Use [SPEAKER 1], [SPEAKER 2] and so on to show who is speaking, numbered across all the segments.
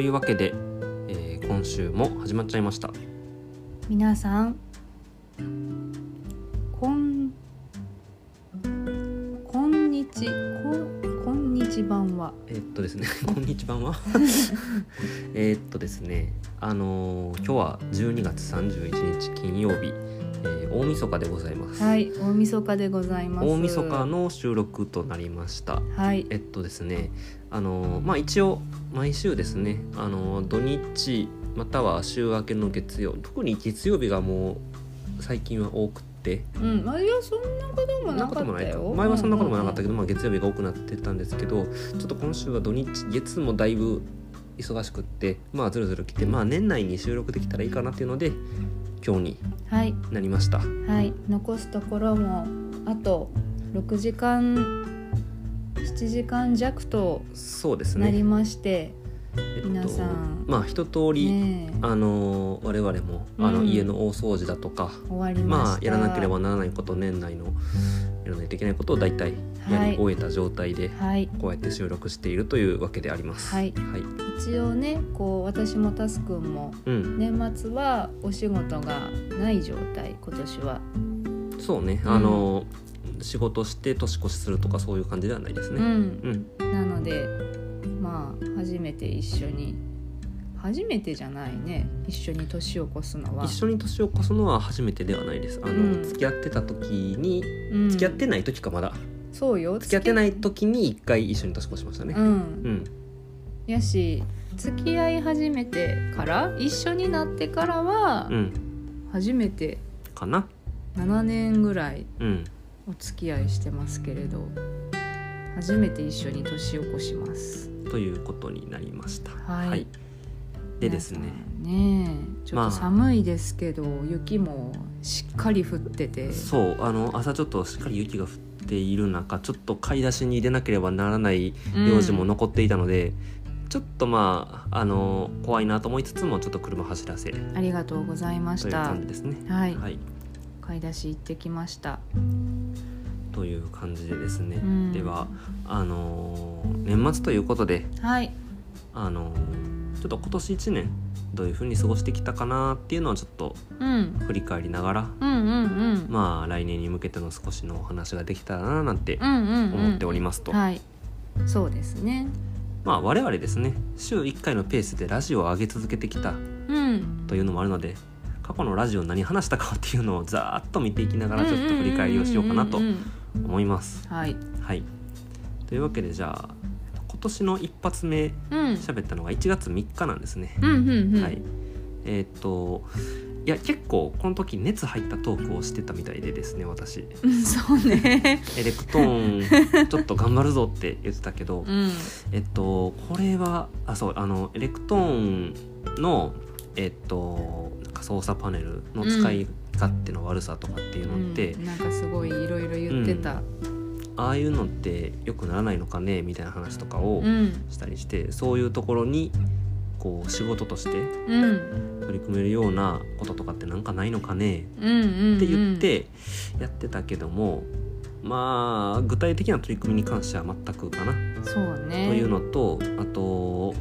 [SPEAKER 1] いうわけで、えー今週も始まっちゃいました
[SPEAKER 2] 皆さんこんこんにちこんこんにちばんは
[SPEAKER 1] えーっとですね こんにちばんはえーっとですねあのー今日は12月31日金曜日、えー大晦日でございます、
[SPEAKER 2] はい大晦日でございます
[SPEAKER 1] 大晦日の収録となりました
[SPEAKER 2] はい
[SPEAKER 1] えっとですねあのまあ一応毎週ですねあの土日または週明けの月曜特に月曜日がもう最近は多くって
[SPEAKER 2] うんまあいやそんなことも
[SPEAKER 1] そんな
[SPEAKER 2] な
[SPEAKER 1] こ
[SPEAKER 2] か
[SPEAKER 1] とも
[SPEAKER 2] っ
[SPEAKER 1] な
[SPEAKER 2] た
[SPEAKER 1] い
[SPEAKER 2] よ
[SPEAKER 1] と前はそんなこともなかったけ
[SPEAKER 2] ど
[SPEAKER 1] ど、まあ、月曜日が多くなってたんですけどちょっと今週は土日月もだいぶ忙しくってまあずるずる来てまあ年内に収録できたらいいかなっていうので今日に
[SPEAKER 2] はい
[SPEAKER 1] なりました
[SPEAKER 2] はい残すところもあと6時間7時間弱と
[SPEAKER 1] そうです
[SPEAKER 2] なり
[SPEAKER 1] ね、
[SPEAKER 2] まして、
[SPEAKER 1] えっと
[SPEAKER 2] 皆さん
[SPEAKER 1] まあ一通り、
[SPEAKER 2] ねえ
[SPEAKER 1] あの我々もあの
[SPEAKER 2] うん
[SPEAKER 1] 家の大掃除だとか、
[SPEAKER 2] 終わりま
[SPEAKER 1] ま
[SPEAKER 2] し
[SPEAKER 1] あ
[SPEAKER 2] た
[SPEAKER 1] やらなければならないこと年内のやらないといけないことを大体やり終えた状態で
[SPEAKER 2] はい
[SPEAKER 1] こうやって収録しているというわけであります。
[SPEAKER 2] はい
[SPEAKER 1] はい、
[SPEAKER 2] 一応ねこう私もタスくんも
[SPEAKER 1] うん、
[SPEAKER 2] 年末はお仕事がない状態今年は、
[SPEAKER 1] そうね、あの仕事して年越しするとかそういう感じではないです
[SPEAKER 2] う
[SPEAKER 1] ね。
[SPEAKER 2] ん、
[SPEAKER 1] うん、
[SPEAKER 2] なのでまあ初めて一緒に初めてじゃないね一緒に年を越すのは
[SPEAKER 1] 一緒に年を越すのは初めてではないです。あの、
[SPEAKER 2] うん
[SPEAKER 1] 付き合ってた時に
[SPEAKER 2] うん
[SPEAKER 1] 付き合ってない時かまだ、
[SPEAKER 2] そうよ
[SPEAKER 1] 付き合ってない時に一回一緒に年越しましたね
[SPEAKER 2] う。ん
[SPEAKER 1] うん、
[SPEAKER 2] やし付き合い始めてから一緒になってからは
[SPEAKER 1] うん、
[SPEAKER 2] 初めて
[SPEAKER 1] かな。
[SPEAKER 2] 7年ぐらい
[SPEAKER 1] うん、
[SPEAKER 2] お付き合いしてますけれど初めて一緒に年を越します
[SPEAKER 1] ということになりました。
[SPEAKER 2] はい
[SPEAKER 1] でですね。
[SPEAKER 2] 皆さんねえちょ
[SPEAKER 1] ま
[SPEAKER 2] っ
[SPEAKER 1] あ
[SPEAKER 2] と寒いですけど、雪もしっかり降ってて
[SPEAKER 1] そうあの朝ちょっとしっかり雪が降っている中ちょっと買い出しに入れなければならない用事も
[SPEAKER 2] うん
[SPEAKER 1] 残っていたので、ちょっとまああの怖いなと思いつつもちょっと車走らせという
[SPEAKER 2] ありがとうございました
[SPEAKER 1] 感じですね。
[SPEAKER 2] はい、
[SPEAKER 1] はい、
[SPEAKER 2] 買い出し行ってきました
[SPEAKER 1] という感じでですね、
[SPEAKER 2] うん
[SPEAKER 1] ではあの年末ということで
[SPEAKER 2] はい
[SPEAKER 1] あのちょっと今年1年どういうふうに過ごしてきたかなっていうのをちょっと
[SPEAKER 2] うん
[SPEAKER 1] 振り返りながら
[SPEAKER 2] うんうんうん、
[SPEAKER 1] まあ来年に向けての少しのお話ができたらななんて
[SPEAKER 2] うんうんうん
[SPEAKER 1] 思っておりますと。
[SPEAKER 2] はいそうですね
[SPEAKER 1] まあ我々ですね週1回のペースでラジオを上げ続けてきた
[SPEAKER 2] うん
[SPEAKER 1] というのもあるので過去のラジオ何話したかっていうのをざーっと見ていきながらちょっと振り返りをしようかなと
[SPEAKER 2] んんうんうん
[SPEAKER 1] 思います。
[SPEAKER 2] はい
[SPEAKER 1] はい、というわけでじゃあ今年の一発目
[SPEAKER 2] うん
[SPEAKER 1] 喋ったのが1月3日なんですね。
[SPEAKER 2] うんうんうん
[SPEAKER 1] はい、えーっといや結構この時熱入ったトークをしてたみたいでですね私
[SPEAKER 2] うんそうね
[SPEAKER 1] エレクト ーンちょっと頑張るぞって言ってたけど、
[SPEAKER 2] うん
[SPEAKER 1] えっとこれはあそうあのエレクトーンのえっとなんか操作パネルの使い勝手の悪さとかっていうのって、
[SPEAKER 2] うんなんかすごいいろいろ言ってた
[SPEAKER 1] ああいうのって良くならないのかねみたいな話とか
[SPEAKER 2] う
[SPEAKER 1] を
[SPEAKER 2] ん
[SPEAKER 1] したりして、そういうところにこう仕事として
[SPEAKER 2] うん
[SPEAKER 1] 取り組めるようなこととかってなんかないのかね
[SPEAKER 2] うんうん
[SPEAKER 1] って言ってやってたけども、まあ具体的な取り組みに関しては全くかな。
[SPEAKER 2] そうね
[SPEAKER 1] というのとあと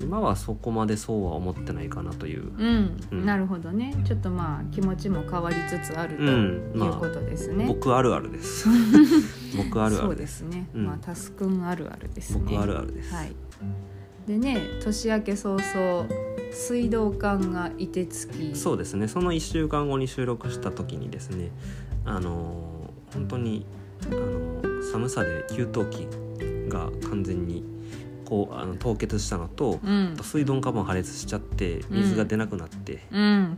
[SPEAKER 1] 今はそこまでそうは思ってないかなという、
[SPEAKER 2] うん、
[SPEAKER 1] うん
[SPEAKER 2] なるほどねちょっとまあ気持ちも変わりつつあると
[SPEAKER 1] うんま
[SPEAKER 2] い
[SPEAKER 1] あ
[SPEAKER 2] うことですね、
[SPEAKER 1] 僕あるあるです 僕あるあ
[SPEAKER 2] そう
[SPEAKER 1] る
[SPEAKER 2] で
[SPEAKER 1] です
[SPEAKER 2] すね、
[SPEAKER 1] うん
[SPEAKER 2] まあタスくんあるあるですね
[SPEAKER 1] 僕あるあるです、
[SPEAKER 2] はいでね年明け早々水道管が凍てつき
[SPEAKER 1] そうですねその1週間後に収録した時にですねあのー本当に、あのー寒さで給湯器が完全にこうあの凍結したのと、
[SPEAKER 2] うん
[SPEAKER 1] あと水道管も破裂しちゃって水が出なくなって、
[SPEAKER 2] うん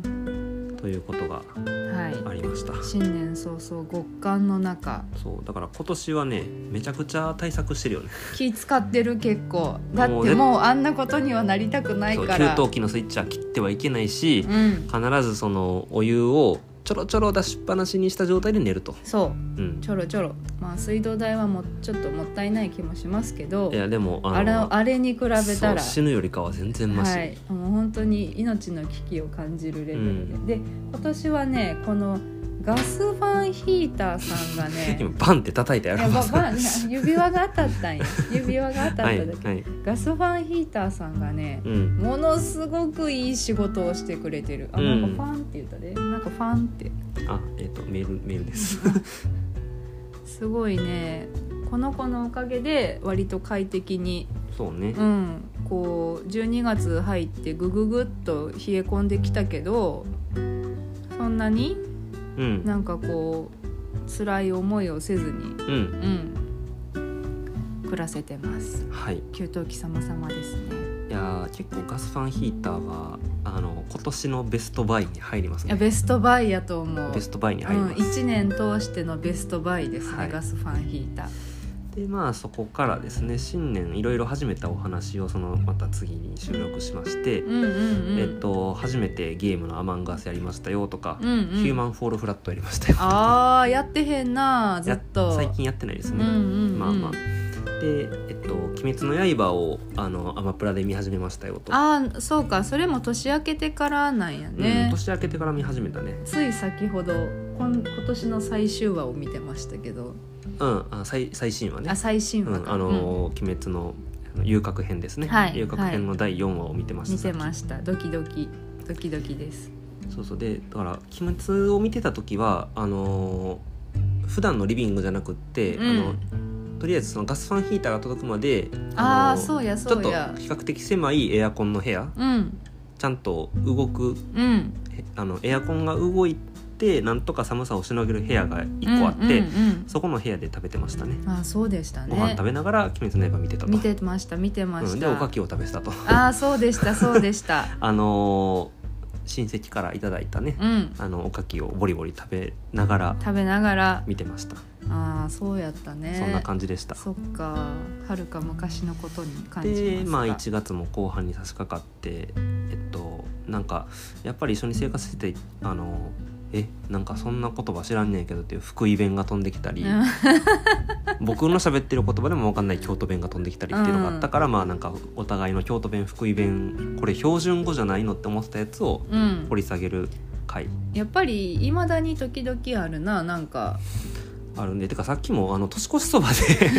[SPEAKER 1] ということが
[SPEAKER 2] は
[SPEAKER 1] ありました
[SPEAKER 2] い新年早々極寒の 中
[SPEAKER 1] そうだから今年はねめちゃくちゃ対策してるよね
[SPEAKER 2] 気使ってる結構だっ
[SPEAKER 1] もう
[SPEAKER 2] て
[SPEAKER 1] ね
[SPEAKER 2] もうあんなことにはなりたくない
[SPEAKER 1] そう
[SPEAKER 2] から
[SPEAKER 1] 給湯器のスイッチは切ってはいけないし、
[SPEAKER 2] うん
[SPEAKER 1] 必ずそのお湯をちょろちょろ出しっぱなしにした状態で寝ると、
[SPEAKER 2] そう
[SPEAKER 1] うん、
[SPEAKER 2] ちょろちょろまあ水道代はもうちょっともったいない気もしますけど
[SPEAKER 1] いやでもあの
[SPEAKER 2] あれあれに比べ
[SPEAKER 1] そ
[SPEAKER 2] た
[SPEAKER 1] う
[SPEAKER 2] ら
[SPEAKER 1] 死ぬよりかは全然マシ、
[SPEAKER 2] はい、もう本当に命の危機を感じるレベルで、
[SPEAKER 1] う
[SPEAKER 2] で今年はねこのガスファンヒーターさんが ね
[SPEAKER 1] 今バンって叩いて
[SPEAKER 2] い
[SPEAKER 1] や
[SPEAKER 2] や
[SPEAKER 1] る
[SPEAKER 2] ば
[SPEAKER 1] ます
[SPEAKER 2] ば指輪が当たったんや指輪が当たっただ
[SPEAKER 1] は
[SPEAKER 2] け、
[SPEAKER 1] いはい
[SPEAKER 2] ガスファンヒーターさんがね
[SPEAKER 1] うん
[SPEAKER 2] ものすごくいい仕事をしてくれてるあ
[SPEAKER 1] う
[SPEAKER 2] なん
[SPEAKER 1] ん
[SPEAKER 2] かファンって言ったで、なんかファンって
[SPEAKER 1] あえっ、とメールメール です
[SPEAKER 2] すごいねこの子のおかげで割と快適に
[SPEAKER 1] そうね
[SPEAKER 2] うんこう12月入ってぐぐぐっと冷え込んできたけどそんなに
[SPEAKER 1] うん
[SPEAKER 2] なんかこう辛い思いをせずに
[SPEAKER 1] うん
[SPEAKER 2] うん暮らせてます
[SPEAKER 1] はい
[SPEAKER 2] 給湯器様様ですね
[SPEAKER 1] いやー結構ガスファンヒーターはあの今年のベストバイに入ります
[SPEAKER 2] いや
[SPEAKER 1] ね
[SPEAKER 2] ベストバイやと思う
[SPEAKER 1] ベストバイに入り
[SPEAKER 2] うん、
[SPEAKER 1] ます、
[SPEAKER 2] 1年通してのベストバイですね、
[SPEAKER 1] はい
[SPEAKER 2] ガスファンヒーター
[SPEAKER 1] でまあそこからですね新年いろいろ始めたお話をそのまた次に収録しまして、
[SPEAKER 2] うんうんうん
[SPEAKER 1] えっ、と初めてゲームの「アマンガス」やりましたよとか、
[SPEAKER 2] うんうん、
[SPEAKER 1] ヒューマンフォールフラットやりましたよ
[SPEAKER 2] あーやってへんなずっと
[SPEAKER 1] や最近やってないです
[SPEAKER 2] うん
[SPEAKER 1] ね、
[SPEAKER 2] うんうん、
[SPEAKER 1] まあまあで「えっと、鬼滅の刃を」あのアマプラで見始めましたよと、
[SPEAKER 2] あーそうかそれも年明けてからなんや
[SPEAKER 1] うん
[SPEAKER 2] ね、
[SPEAKER 1] 年明けてから見始めたね
[SPEAKER 2] つい先ほどこん今年の最終話を見てましたけど
[SPEAKER 1] うんあ最最新話ね
[SPEAKER 2] あ最新
[SPEAKER 1] う
[SPEAKER 2] 話
[SPEAKER 1] ん、
[SPEAKER 2] か、
[SPEAKER 1] あのー鬼滅のあの遊郭編ですね、
[SPEAKER 2] はい
[SPEAKER 1] 遊郭編の第4話を見てま
[SPEAKER 2] う
[SPEAKER 1] し
[SPEAKER 2] ん
[SPEAKER 1] た、
[SPEAKER 2] 見て
[SPEAKER 1] さっ
[SPEAKER 2] ましたドキドキドキドキです
[SPEAKER 1] きそうそうでだから「鬼滅」を見てた時はあのー普段のリビングじゃなくって、
[SPEAKER 2] うん
[SPEAKER 1] あのとりあえずそのガスファンヒーターが届くまで、
[SPEAKER 2] あ
[SPEAKER 1] の
[SPEAKER 2] あ
[SPEAKER 1] ー
[SPEAKER 2] そうや
[SPEAKER 1] ちょ
[SPEAKER 2] そ
[SPEAKER 1] っ
[SPEAKER 2] う
[SPEAKER 1] と比
[SPEAKER 2] や
[SPEAKER 1] 較的狭いエアコンの部屋
[SPEAKER 2] うん
[SPEAKER 1] ちゃんと動く
[SPEAKER 2] うん
[SPEAKER 1] へあのエアコンが動いてなんとか寒さをしのげる部屋が1個あって、
[SPEAKER 2] うんうん
[SPEAKER 1] そこの部屋で食べてましたね
[SPEAKER 2] うんあーそうでした
[SPEAKER 1] ご飯
[SPEAKER 2] ね
[SPEAKER 1] 食べながら「鬼滅の刃」見てたと
[SPEAKER 2] 見てました見てま
[SPEAKER 1] う
[SPEAKER 2] し
[SPEAKER 1] ん、
[SPEAKER 2] た、
[SPEAKER 1] でおかきを食べてたと
[SPEAKER 2] ああそうでしたそうでした
[SPEAKER 1] あのー親戚からいただいたね、
[SPEAKER 2] うん
[SPEAKER 1] あのおかきをボリボリ食べながら
[SPEAKER 2] 食べながら
[SPEAKER 1] 見てました、
[SPEAKER 2] ああそうやったね
[SPEAKER 1] そんな感じでした
[SPEAKER 2] そっかはるか昔のことに感じます
[SPEAKER 1] で
[SPEAKER 2] か
[SPEAKER 1] まあ1月も後半に差し掛かってえっとなんかやっぱり一緒に生活しててあのえなんかそんな言葉知らんねんけどっていう福井弁が飛んできた り、
[SPEAKER 2] うん
[SPEAKER 1] 僕の喋ってる言葉でも分かんない京都弁が飛んできたりっていうのがあったから、まあなんかお互いの京都弁福井弁これ標準語じゃないのって思ってたやつを
[SPEAKER 2] うん
[SPEAKER 1] 掘り下げる回
[SPEAKER 2] やっぱりいまだに時々あるななんか
[SPEAKER 1] あるんでてかさっきもあの年越しそばで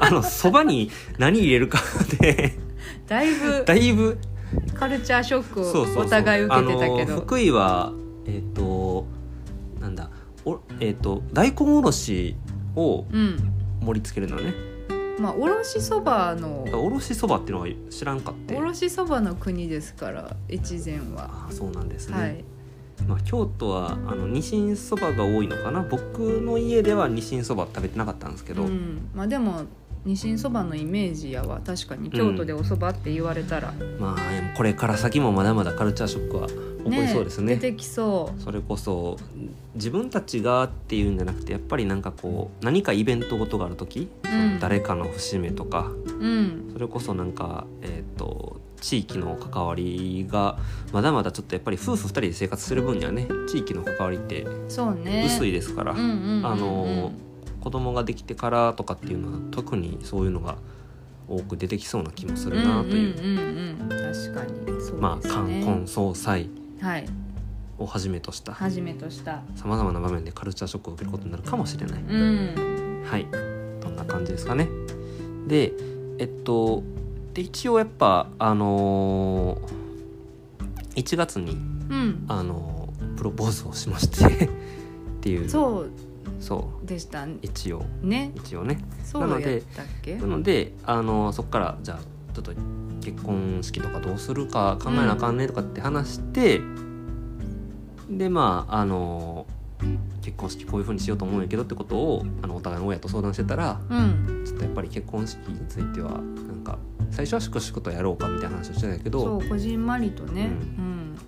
[SPEAKER 1] あのそばに何入れるかで
[SPEAKER 2] だい ぶ
[SPEAKER 1] だいぶ
[SPEAKER 2] カルチャーショック
[SPEAKER 1] そうそうそ
[SPEAKER 2] を
[SPEAKER 1] う
[SPEAKER 2] お互い受けてたけ
[SPEAKER 1] あの
[SPEAKER 2] ど
[SPEAKER 1] 福井はえっ、となんだおえっ、と大根おろしを
[SPEAKER 2] うん
[SPEAKER 1] 盛り付けるのね
[SPEAKER 2] まあおろしそばの
[SPEAKER 1] おろしそばっていうのは知らんかって
[SPEAKER 2] おろしそばの国ですから越前は、
[SPEAKER 1] ああそうなんですね、
[SPEAKER 2] はい
[SPEAKER 1] まあ、京都はあのニシンそばが多いのかな僕の家ではニシンそば食べてなかったんですけど、
[SPEAKER 2] うん、まあでもニシンそばのイメージやわ確かに京都でおそばって言われたら、
[SPEAKER 1] まあこれから先もまだまだカルチャーショックは起こりそうですね
[SPEAKER 2] 出てきそ
[SPEAKER 1] それこそ自分たちがっていうんじゃなくてやっぱりなんかこう何かイベントごとがある時、
[SPEAKER 2] ん
[SPEAKER 1] 誰かの節目とか
[SPEAKER 2] ううん
[SPEAKER 1] それこそなんか、えー、と地域の関わりがまだまだちょっとやっぱり夫婦2人で生活する分にはね地域の関わりって
[SPEAKER 2] そうね
[SPEAKER 1] 薄い
[SPEAKER 2] い
[SPEAKER 1] ですから、
[SPEAKER 2] うんうんうんうん
[SPEAKER 1] あの子供ができてからとかっていうのは特にそういうのが多く出てきそうな気もするなという,、
[SPEAKER 2] うんうんうんうん、確かにそうですね
[SPEAKER 1] まあ冠婚葬祭
[SPEAKER 2] はい
[SPEAKER 1] をはじめとした
[SPEAKER 2] はじめとした
[SPEAKER 1] さまざまな場面でカルチャーショックを受けることになるかもしれない。
[SPEAKER 2] うん
[SPEAKER 1] はいこんな感じですかねでえっとで一応やっぱあのー1月に
[SPEAKER 2] うん
[SPEAKER 1] あのープロポーズをしまして っていうそう
[SPEAKER 2] そうでした
[SPEAKER 1] 一応
[SPEAKER 2] ね
[SPEAKER 1] 一応ね
[SPEAKER 2] そうやったっけ
[SPEAKER 1] なのであのーそこからじゃあちょっと結婚式とかどうするか考えなあかんねとかって話して、でまああのー結婚式こういう風にしようと思うんやけどってことをあのお互いの親と相談してたら
[SPEAKER 2] うん
[SPEAKER 1] ちょっとやっぱり結婚式についてはなんか最初は粛々とやろうかみたいな話をしてたんやけ
[SPEAKER 2] そ
[SPEAKER 1] ど
[SPEAKER 2] うこじんまりと
[SPEAKER 1] う
[SPEAKER 2] ねうん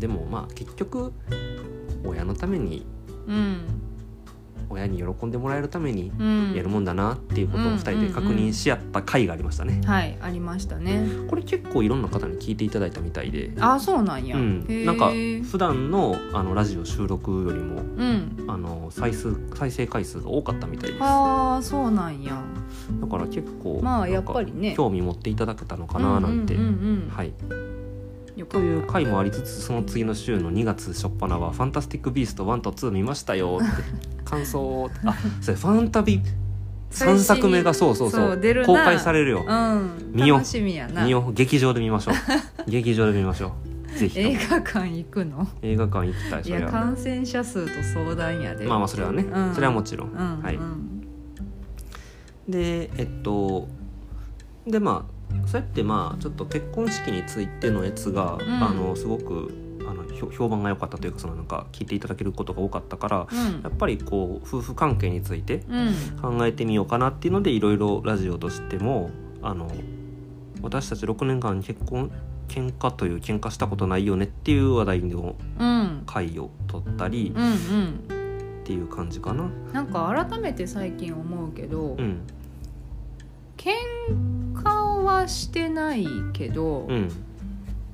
[SPEAKER 1] でもまあ結局親のために
[SPEAKER 2] うん
[SPEAKER 1] 親に喜んでもらえるために
[SPEAKER 2] うん
[SPEAKER 1] やるもんだなっていうことを
[SPEAKER 2] うん
[SPEAKER 1] 2人で確認し合った回がありましたね、
[SPEAKER 2] はいありましたね
[SPEAKER 1] これ結構いろんな方に聞いていただいたみたいで、
[SPEAKER 2] あそうなんや、
[SPEAKER 1] う
[SPEAKER 2] へ
[SPEAKER 1] ん、
[SPEAKER 2] ー
[SPEAKER 1] なんか普段のあのラジオ収録よりも
[SPEAKER 2] うん
[SPEAKER 1] あの再数再生回数が多かったみたいですだ
[SPEAKER 2] ああそうなんや
[SPEAKER 1] から結構
[SPEAKER 2] ま
[SPEAKER 1] な
[SPEAKER 2] あやっ
[SPEAKER 1] んか
[SPEAKER 2] ぱりね
[SPEAKER 1] 興味持っていただけたのかななんて、
[SPEAKER 2] うんうんうんうん
[SPEAKER 1] はい
[SPEAKER 2] よか
[SPEAKER 1] と
[SPEAKER 2] っ
[SPEAKER 1] いう回もありつつその次の週の2月初っ端は「ファンタスティック・ビースト1と2見ましたよ」 って感想をあそれファンタビ
[SPEAKER 2] 最
[SPEAKER 1] 3
[SPEAKER 2] 新
[SPEAKER 1] 作目がそうそうそ
[SPEAKER 2] そうう出るな
[SPEAKER 1] 公開されるよ
[SPEAKER 2] たうん
[SPEAKER 1] 見よう
[SPEAKER 2] 楽しみやな
[SPEAKER 1] 見よう劇場で見ましょう劇場で見ましょ うぜひと
[SPEAKER 2] 映
[SPEAKER 1] も
[SPEAKER 2] 画館行くの
[SPEAKER 1] 映画館行きたい
[SPEAKER 2] い
[SPEAKER 1] それ
[SPEAKER 2] や
[SPEAKER 1] は
[SPEAKER 2] 感染者数と相談やで
[SPEAKER 1] まあまあそれはね、
[SPEAKER 2] うん
[SPEAKER 1] それはもちろん、
[SPEAKER 2] うんうん、
[SPEAKER 1] はいでえっとでまあそうやってまあちょっと結婚式についてのやつが、
[SPEAKER 2] ん
[SPEAKER 1] あのすごくあのひょ評判が良かったというかそのなんか聞いていただけることが多かったから
[SPEAKER 2] うん
[SPEAKER 1] やっぱりこう夫婦関係について
[SPEAKER 2] うん
[SPEAKER 1] 考えてみようかなっていうのでいろいろラジオとしてもあの私たち6年間結婚喧嘩という喧嘩したことないよねっていう話題の
[SPEAKER 2] うん
[SPEAKER 1] 回を取ったり
[SPEAKER 2] うんうん
[SPEAKER 1] っていう感じかな。
[SPEAKER 2] なんか改めて最近思うけど、
[SPEAKER 1] うん
[SPEAKER 2] 喧嘩はしてないけど、
[SPEAKER 1] うん、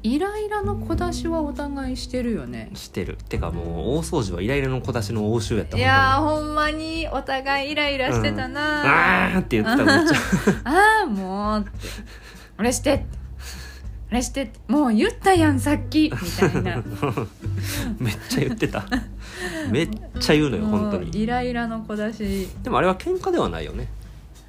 [SPEAKER 2] イライラの小出しはお互いしてるよね
[SPEAKER 1] してるてかもう大掃除はイライラの小出しの応酬やった
[SPEAKER 2] いやーほんまにお互いイライラしてたなー、
[SPEAKER 1] あーって言ってたらめっちゃ
[SPEAKER 2] ああもうって「あれして」って「あれして」ってもう言ったやんさっき」みたい な
[SPEAKER 1] めっちゃ言 ってためっちゃ言うのよ本当
[SPEAKER 2] もう
[SPEAKER 1] に
[SPEAKER 2] イライラの小出し
[SPEAKER 1] でもあれは喧嘩ではないよね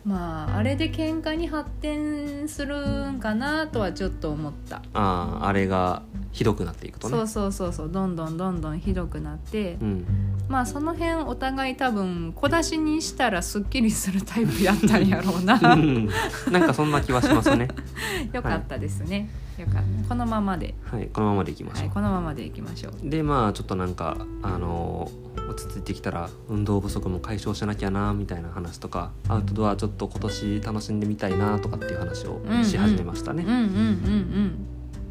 [SPEAKER 2] まああれで喧嘩に発展するんかなとはちょっと思った、
[SPEAKER 1] あああれがひどくなっていくとね
[SPEAKER 2] そうそうそうそうどんどんどんどんひどくなって
[SPEAKER 1] うん、
[SPEAKER 2] まあその辺お互い多分小出しにしたらすっきりするタイプやったんやろうな
[SPEAKER 1] うんなんかそんな気はします ね、
[SPEAKER 2] よかったですね、よかったこのままで、
[SPEAKER 1] はい、このままでいきましょ、
[SPEAKER 2] はいうこのままでいきましょう
[SPEAKER 1] でまあちょっとなんかあのー落ち着いてきたら運動不足も解消しなきゃなみたいな話とかアウトドアちょっと今年楽しんでみたいなとかっていう話をし始めましたね、
[SPEAKER 2] うんうん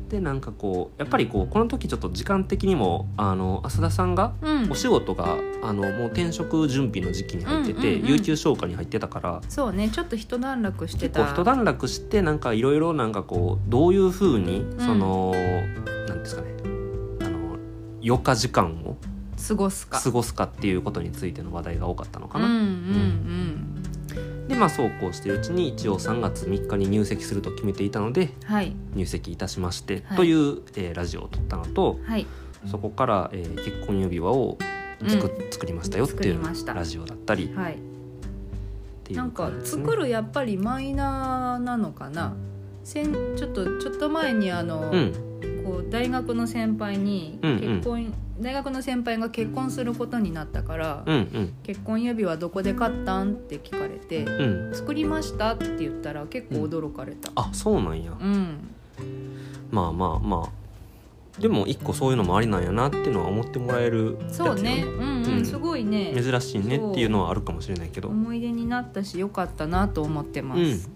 [SPEAKER 1] でなんかこうやっぱりこうこの時ちょっと時間的にもあの浅田さんが
[SPEAKER 2] うんうんうん
[SPEAKER 1] お仕事があのもう転職準備の時期に入ってて、
[SPEAKER 2] うんうんうん
[SPEAKER 1] 有給消化に入ってたから
[SPEAKER 2] そうねちょっと一段落して
[SPEAKER 1] 結
[SPEAKER 2] た
[SPEAKER 1] 構一段落してなんかいろいろなんかこうどういうふうに
[SPEAKER 2] ん
[SPEAKER 1] その、なんていうんですかねあの余暇時間を
[SPEAKER 2] 過ごすか
[SPEAKER 1] 過ごすかっていうことについての話題が多かったのか
[SPEAKER 2] うん
[SPEAKER 1] な、
[SPEAKER 2] うん
[SPEAKER 1] でまあそうこうしてるうちに一応3月3日に入籍すると決めていたので
[SPEAKER 2] うんはい
[SPEAKER 1] 入籍いたしまして、
[SPEAKER 2] はい
[SPEAKER 1] という、えーラジオを撮ったのと
[SPEAKER 2] はい
[SPEAKER 1] そこから、えー結婚指輪を作,、作りましたよってい
[SPEAKER 2] 作りまし
[SPEAKER 1] う
[SPEAKER 2] た
[SPEAKER 1] ラジオだったりっ
[SPEAKER 2] はい
[SPEAKER 1] ていう
[SPEAKER 2] なんか
[SPEAKER 1] 感じですね
[SPEAKER 2] 作るやっぱりマイナーなのかな先ちょっとちょっと前にあの、
[SPEAKER 1] うん
[SPEAKER 2] こう大学の先輩に
[SPEAKER 1] うんうん
[SPEAKER 2] 結婚、大学の先輩が結婚することになったから、
[SPEAKER 1] うんうん
[SPEAKER 2] 結婚指輪どこで買ったんって聞かれて
[SPEAKER 1] うん
[SPEAKER 2] 作りましたって言ったら結構驚かれた、
[SPEAKER 1] あそうなんや
[SPEAKER 2] うん、
[SPEAKER 1] まあまあまあでも一個そういうのもありなんやなっていうのは思ってもらえるやつ
[SPEAKER 2] そう
[SPEAKER 1] よ
[SPEAKER 2] ねうんうん、
[SPEAKER 1] うん
[SPEAKER 2] すごいね
[SPEAKER 1] 珍しいねっていうのはあるかもしれないけど
[SPEAKER 2] 思い出になったし良かったなと思ってます、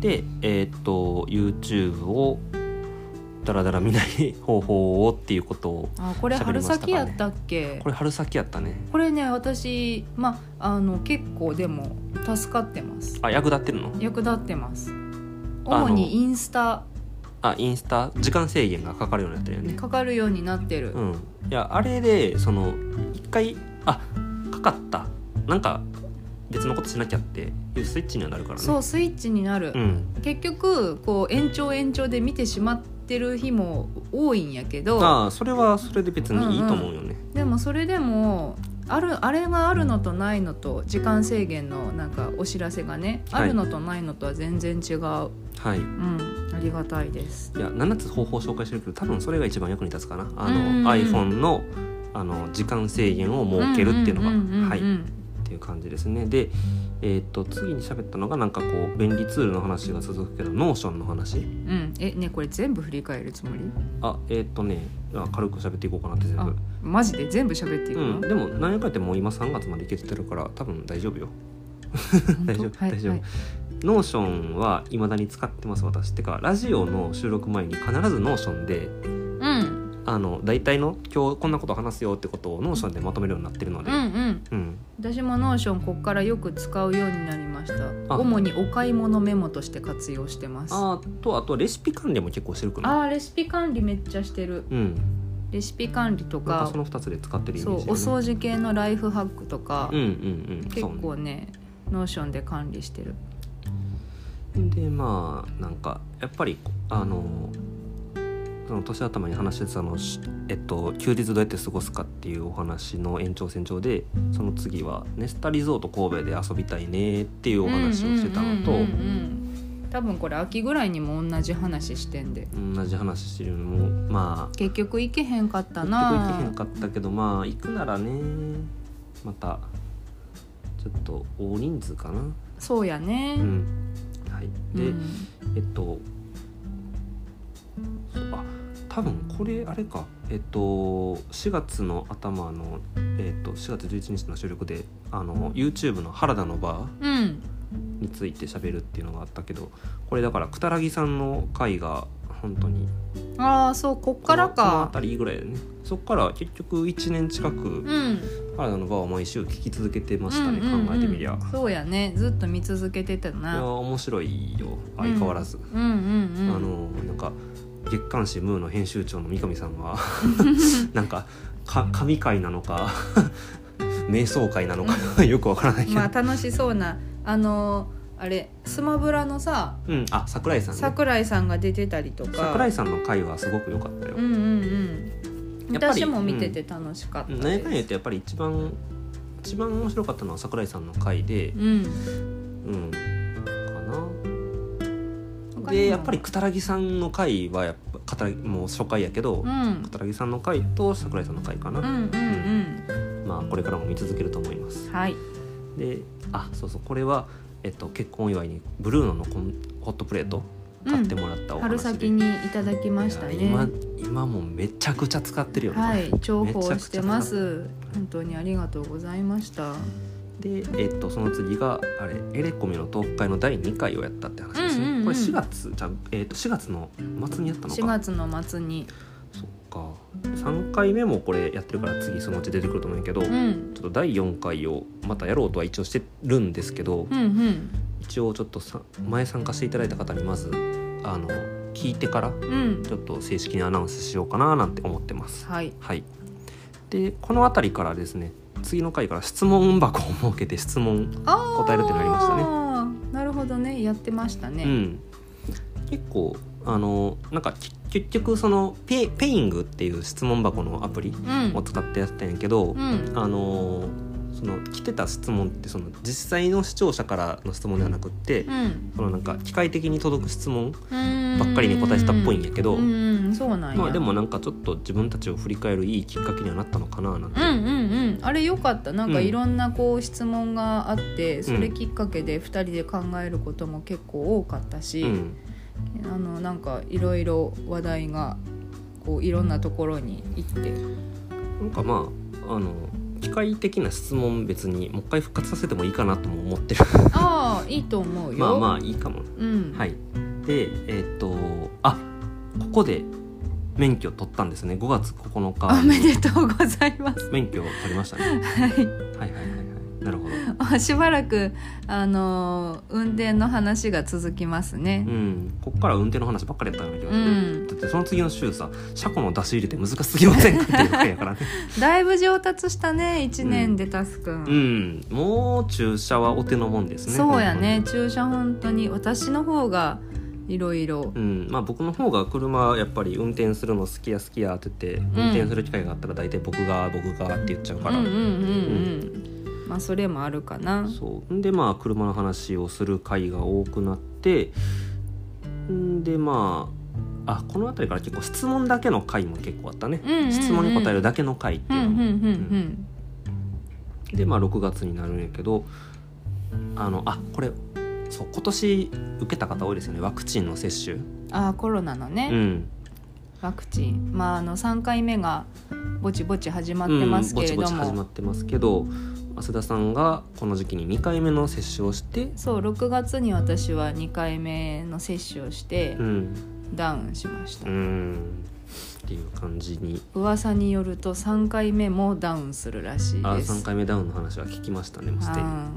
[SPEAKER 1] でえーっと YouTube をだらだら見ない方法をっていうことを
[SPEAKER 2] あこれ
[SPEAKER 1] 喋りま
[SPEAKER 2] 春
[SPEAKER 1] したかね
[SPEAKER 2] 先やったっけ
[SPEAKER 1] これ春先やったね
[SPEAKER 2] これね私まああの結構でも助かってます
[SPEAKER 1] あ役立ってるの
[SPEAKER 2] 役立ってます
[SPEAKER 1] あの
[SPEAKER 2] 主にインスタ
[SPEAKER 1] あインスタ時間制限がかかるようになってるよね
[SPEAKER 2] かかるようになってる、
[SPEAKER 1] うんいやあれでその一回あかかったなんか別のことしなきゃっていうスイッチにはなるからね
[SPEAKER 2] そうスイッチになる、
[SPEAKER 1] うん
[SPEAKER 2] 結局こう延長延長で見てしまってる日も多いんやけど
[SPEAKER 1] ああそれはそれで別にいいと思うよね
[SPEAKER 2] でもそれでもあるあれがあるのとないのと時間制限のなんかお知らせがね、
[SPEAKER 1] はい
[SPEAKER 2] あるのとないのとは全然違う、うん、
[SPEAKER 1] はい
[SPEAKER 2] ありがたいです。
[SPEAKER 1] いや7つ方法紹介してるけど多分それが一番役に立つかなあの
[SPEAKER 2] うんうんうん
[SPEAKER 1] iPhone のあの時間制限を設けるっていうのが
[SPEAKER 2] んんんん
[SPEAKER 1] はいっていう感じですねでえーっと次に喋ったのがなんかこう便利ツールの話が続くけどノーションの話
[SPEAKER 2] うん、えねこれ全部振り返るつもり
[SPEAKER 1] あえーっとねあ軽く喋っていこうかなって全
[SPEAKER 2] あ
[SPEAKER 1] 部
[SPEAKER 2] マジで全部喋っていく
[SPEAKER 1] う
[SPEAKER 2] の、
[SPEAKER 1] んでも何やかんやってもう今3月までいけてるから多分大丈夫よ
[SPEAKER 2] 本当
[SPEAKER 1] 大丈夫
[SPEAKER 2] はい
[SPEAKER 1] 大丈夫
[SPEAKER 2] はい
[SPEAKER 1] ノーションは未だに使ってます私てかラジオの収録前に必ずノーションで
[SPEAKER 2] うん
[SPEAKER 1] あの大体の今日こんなこと話すよってことをノーションでまとめるようになってるので、
[SPEAKER 2] うんうん
[SPEAKER 1] うん
[SPEAKER 2] 私もノーションここからよく使うようになりました
[SPEAKER 1] あ
[SPEAKER 2] 主にお買い物メモとして活用してますあ
[SPEAKER 1] あとあとレシピ管理も結構してるくない
[SPEAKER 2] ーレシピ管理めっちゃしてる
[SPEAKER 1] うん
[SPEAKER 2] レシピ管理と
[SPEAKER 1] なんか
[SPEAKER 2] か
[SPEAKER 1] その2つで使ってるイメ
[SPEAKER 2] そ
[SPEAKER 1] ー
[SPEAKER 2] うお
[SPEAKER 1] ジだよね
[SPEAKER 2] 掃除系のライフハックとか、
[SPEAKER 1] うんうんうん
[SPEAKER 2] 結
[SPEAKER 1] そう
[SPEAKER 2] 構ねノーションで管理してる
[SPEAKER 1] ねでまあなんかやっぱりあのその年頭に話してたの、しえっと、休日どうやって過ごすかっていうお話の延長線上でその次はネスタリゾート神戸で遊びたいねっていうお話をしてたの
[SPEAKER 2] うんうん
[SPEAKER 1] と
[SPEAKER 2] うんうん多分これ秋ぐらいにも同じ話してんで
[SPEAKER 1] 同じ話してるのもまあ
[SPEAKER 2] 結局行けへんかっ
[SPEAKER 1] 結
[SPEAKER 2] た
[SPEAKER 1] 局
[SPEAKER 2] な
[SPEAKER 1] 行けへんかったけどまあ行くならねまたちょっと大人数かな。
[SPEAKER 2] そうやね、
[SPEAKER 1] うんはい、で、
[SPEAKER 2] うん
[SPEAKER 1] えっとそうあ多分これあれかえっと4月の頭の、えっと、4月11日の収録であの YouTube の「原田のバー
[SPEAKER 2] うん」
[SPEAKER 1] について喋るっていうのがあったけどこれだからくたらぎさんの回が本当に
[SPEAKER 2] ああそうこっから
[SPEAKER 1] このこの
[SPEAKER 2] か
[SPEAKER 1] 辺りぐらいだねそっから結局1年近く
[SPEAKER 2] うん
[SPEAKER 1] 「原田のバー」を毎週聞き続けてましたね、
[SPEAKER 2] うんうんうん
[SPEAKER 1] 考えてみりゃ。
[SPEAKER 2] そうやねずっと見続けてた
[SPEAKER 1] いや
[SPEAKER 2] な
[SPEAKER 1] 面白いよ相変わらず、
[SPEAKER 2] うんうんうん
[SPEAKER 1] あの なんか月刊誌「ムー」の編集長の三上さん はなんかか神会なのか 瞑想会なのかよくわからないけど、
[SPEAKER 2] まあ楽しそうなあのあれスマブラのさ
[SPEAKER 1] うん、あ桜井さんね
[SPEAKER 2] 桜井さんが出てたりとか
[SPEAKER 1] 桜井さんの会はすごく良かったよ
[SPEAKER 2] う、んうんうん
[SPEAKER 1] やっぱり
[SPEAKER 2] 私も見てて楽しかった
[SPEAKER 1] う
[SPEAKER 2] で
[SPEAKER 1] ん、
[SPEAKER 2] す
[SPEAKER 1] 何やかんや言ってやっぱり一番一番面白かったのは桜井さんの会で
[SPEAKER 2] うん
[SPEAKER 1] うんかな
[SPEAKER 2] 他にも
[SPEAKER 1] でやっぱりたらぎさんの会はやっぱ片もう初回やけど
[SPEAKER 2] うんうん
[SPEAKER 1] たらぎさんの会と桜井さんの会かな、
[SPEAKER 2] うん
[SPEAKER 1] まあこれからも見続けると思います
[SPEAKER 2] うんはい
[SPEAKER 1] であそうそうこれは、えっと、結婚祝いにブルーノのコンホットプレート買ってもらったお話で、
[SPEAKER 2] 春先にいただきました
[SPEAKER 1] いや今
[SPEAKER 2] ね
[SPEAKER 1] 今もめちゃくちゃ使ってるよね、
[SPEAKER 2] はい
[SPEAKER 1] これ
[SPEAKER 2] 重宝
[SPEAKER 1] めちゃくちゃ
[SPEAKER 2] してます本当にありがとうございました
[SPEAKER 1] で、えっと、その次があれエレコミのトーク会の第2回をやったって話ですね、
[SPEAKER 2] うんうんうん
[SPEAKER 1] これ4月じゃ、えっと、4月の末にやったの
[SPEAKER 2] 4
[SPEAKER 1] か
[SPEAKER 2] 月の末に
[SPEAKER 1] そっか3回目もこれやってるから次そのうち出てくると思うんやけど、
[SPEAKER 2] う
[SPEAKER 1] ち
[SPEAKER 2] ん
[SPEAKER 1] ょっと第4回をまたやろうとは一応してるんですけど、
[SPEAKER 2] うんうん
[SPEAKER 1] 一応ちょっとさ前参加していただいた方にまずあの聞いてから
[SPEAKER 2] うん
[SPEAKER 1] ちょっと正式にアナウンスしようかななんて思ってます。
[SPEAKER 2] はい
[SPEAKER 1] はい、でこの辺りからですね次の回から質問箱を設けて質問、
[SPEAKER 2] 答
[SPEAKER 1] えるってなりましたね
[SPEAKER 2] なるほどねやってました
[SPEAKER 1] う
[SPEAKER 2] ね
[SPEAKER 1] ん、結構あのなんかき結局そのペペイングっていう質問箱のアプリ
[SPEAKER 2] うん
[SPEAKER 1] を使ってやってたんやけど、
[SPEAKER 2] うん
[SPEAKER 1] あのその来てた質問ってその実際の視聴者からの質問ではなくって、
[SPEAKER 2] うん
[SPEAKER 1] そのなんか機械的に届く質問
[SPEAKER 2] うん
[SPEAKER 1] ばっかりに答えてたっぽいんやけど
[SPEAKER 2] うんうんそうなんや
[SPEAKER 1] まあでもなんかちょっと自分たちを振り返るいいきっかけにはなったのかななんて、
[SPEAKER 2] うんうんうんあれよかったなんか
[SPEAKER 1] うん
[SPEAKER 2] いろんなこう質問があってそれきっかけで2人で考えることも結構多かったし、
[SPEAKER 1] うん
[SPEAKER 2] あのなんかいろいろ話題がこういろんなところに行って
[SPEAKER 1] なんかまああの機械的な質問別にもう一回復活させてもいいかなとも思ってる
[SPEAKER 2] ああいいと思うよ
[SPEAKER 1] まあまあいいかも、
[SPEAKER 2] うん
[SPEAKER 1] はいでえーっとあここで免許取ったんですね5月9
[SPEAKER 2] お
[SPEAKER 1] 日
[SPEAKER 2] めでとうございます
[SPEAKER 1] 免許を取りましたね
[SPEAKER 2] はい
[SPEAKER 1] はいはいはいはいなるほど
[SPEAKER 2] あしばらくあのー運転の話が続きますね
[SPEAKER 1] う。んこっから運転の話ばっかりやったんだけど、
[SPEAKER 2] うん
[SPEAKER 1] だってその次の週さ車庫の出し入れて難しすぎませんかっていう回やからね
[SPEAKER 2] だいぶ上達したね1年でタスく。
[SPEAKER 1] うんん、もう注射はお手のもんですね。
[SPEAKER 2] そうやね駐車本当に私の方がいろいろ
[SPEAKER 1] 本当に。うん、まあ僕の方が車やっぱり運転するの好きや好きやって言って運転する機会があったら大体僕が僕がって言っちゃう
[SPEAKER 2] う
[SPEAKER 1] か
[SPEAKER 2] んう
[SPEAKER 1] ら、
[SPEAKER 2] んうんうんまあそれもあるかな。
[SPEAKER 1] そうんでまあ車の話をする回が多くなってんでまああこの辺りから結構質問だけの回も結構あったね、
[SPEAKER 2] うんうんうん
[SPEAKER 1] 質問に答えるだけの回って
[SPEAKER 2] う
[SPEAKER 1] い
[SPEAKER 2] んう
[SPEAKER 1] うんのも、
[SPEAKER 2] うんうん
[SPEAKER 1] でまあ6月になるんやけどあのあこれそう今年受けた方多いですよねワクチンの接種。
[SPEAKER 2] あーコロナのね、
[SPEAKER 1] うん
[SPEAKER 2] ワクチンまああの3回目がぼちぼち始まってますけれども、
[SPEAKER 1] うん、ぼちぼち始まってますけど浅田さんがこの時期に2回目の接種をして、
[SPEAKER 2] そう6月に私は2回目の接種をして
[SPEAKER 1] うん、
[SPEAKER 2] ダウンしました。
[SPEAKER 1] うんっていう感じに
[SPEAKER 2] 噂によると3回目もダウンするらしい
[SPEAKER 1] あ
[SPEAKER 2] です
[SPEAKER 1] 3回目ダウンの話は聞きましたねもうすでに
[SPEAKER 2] うん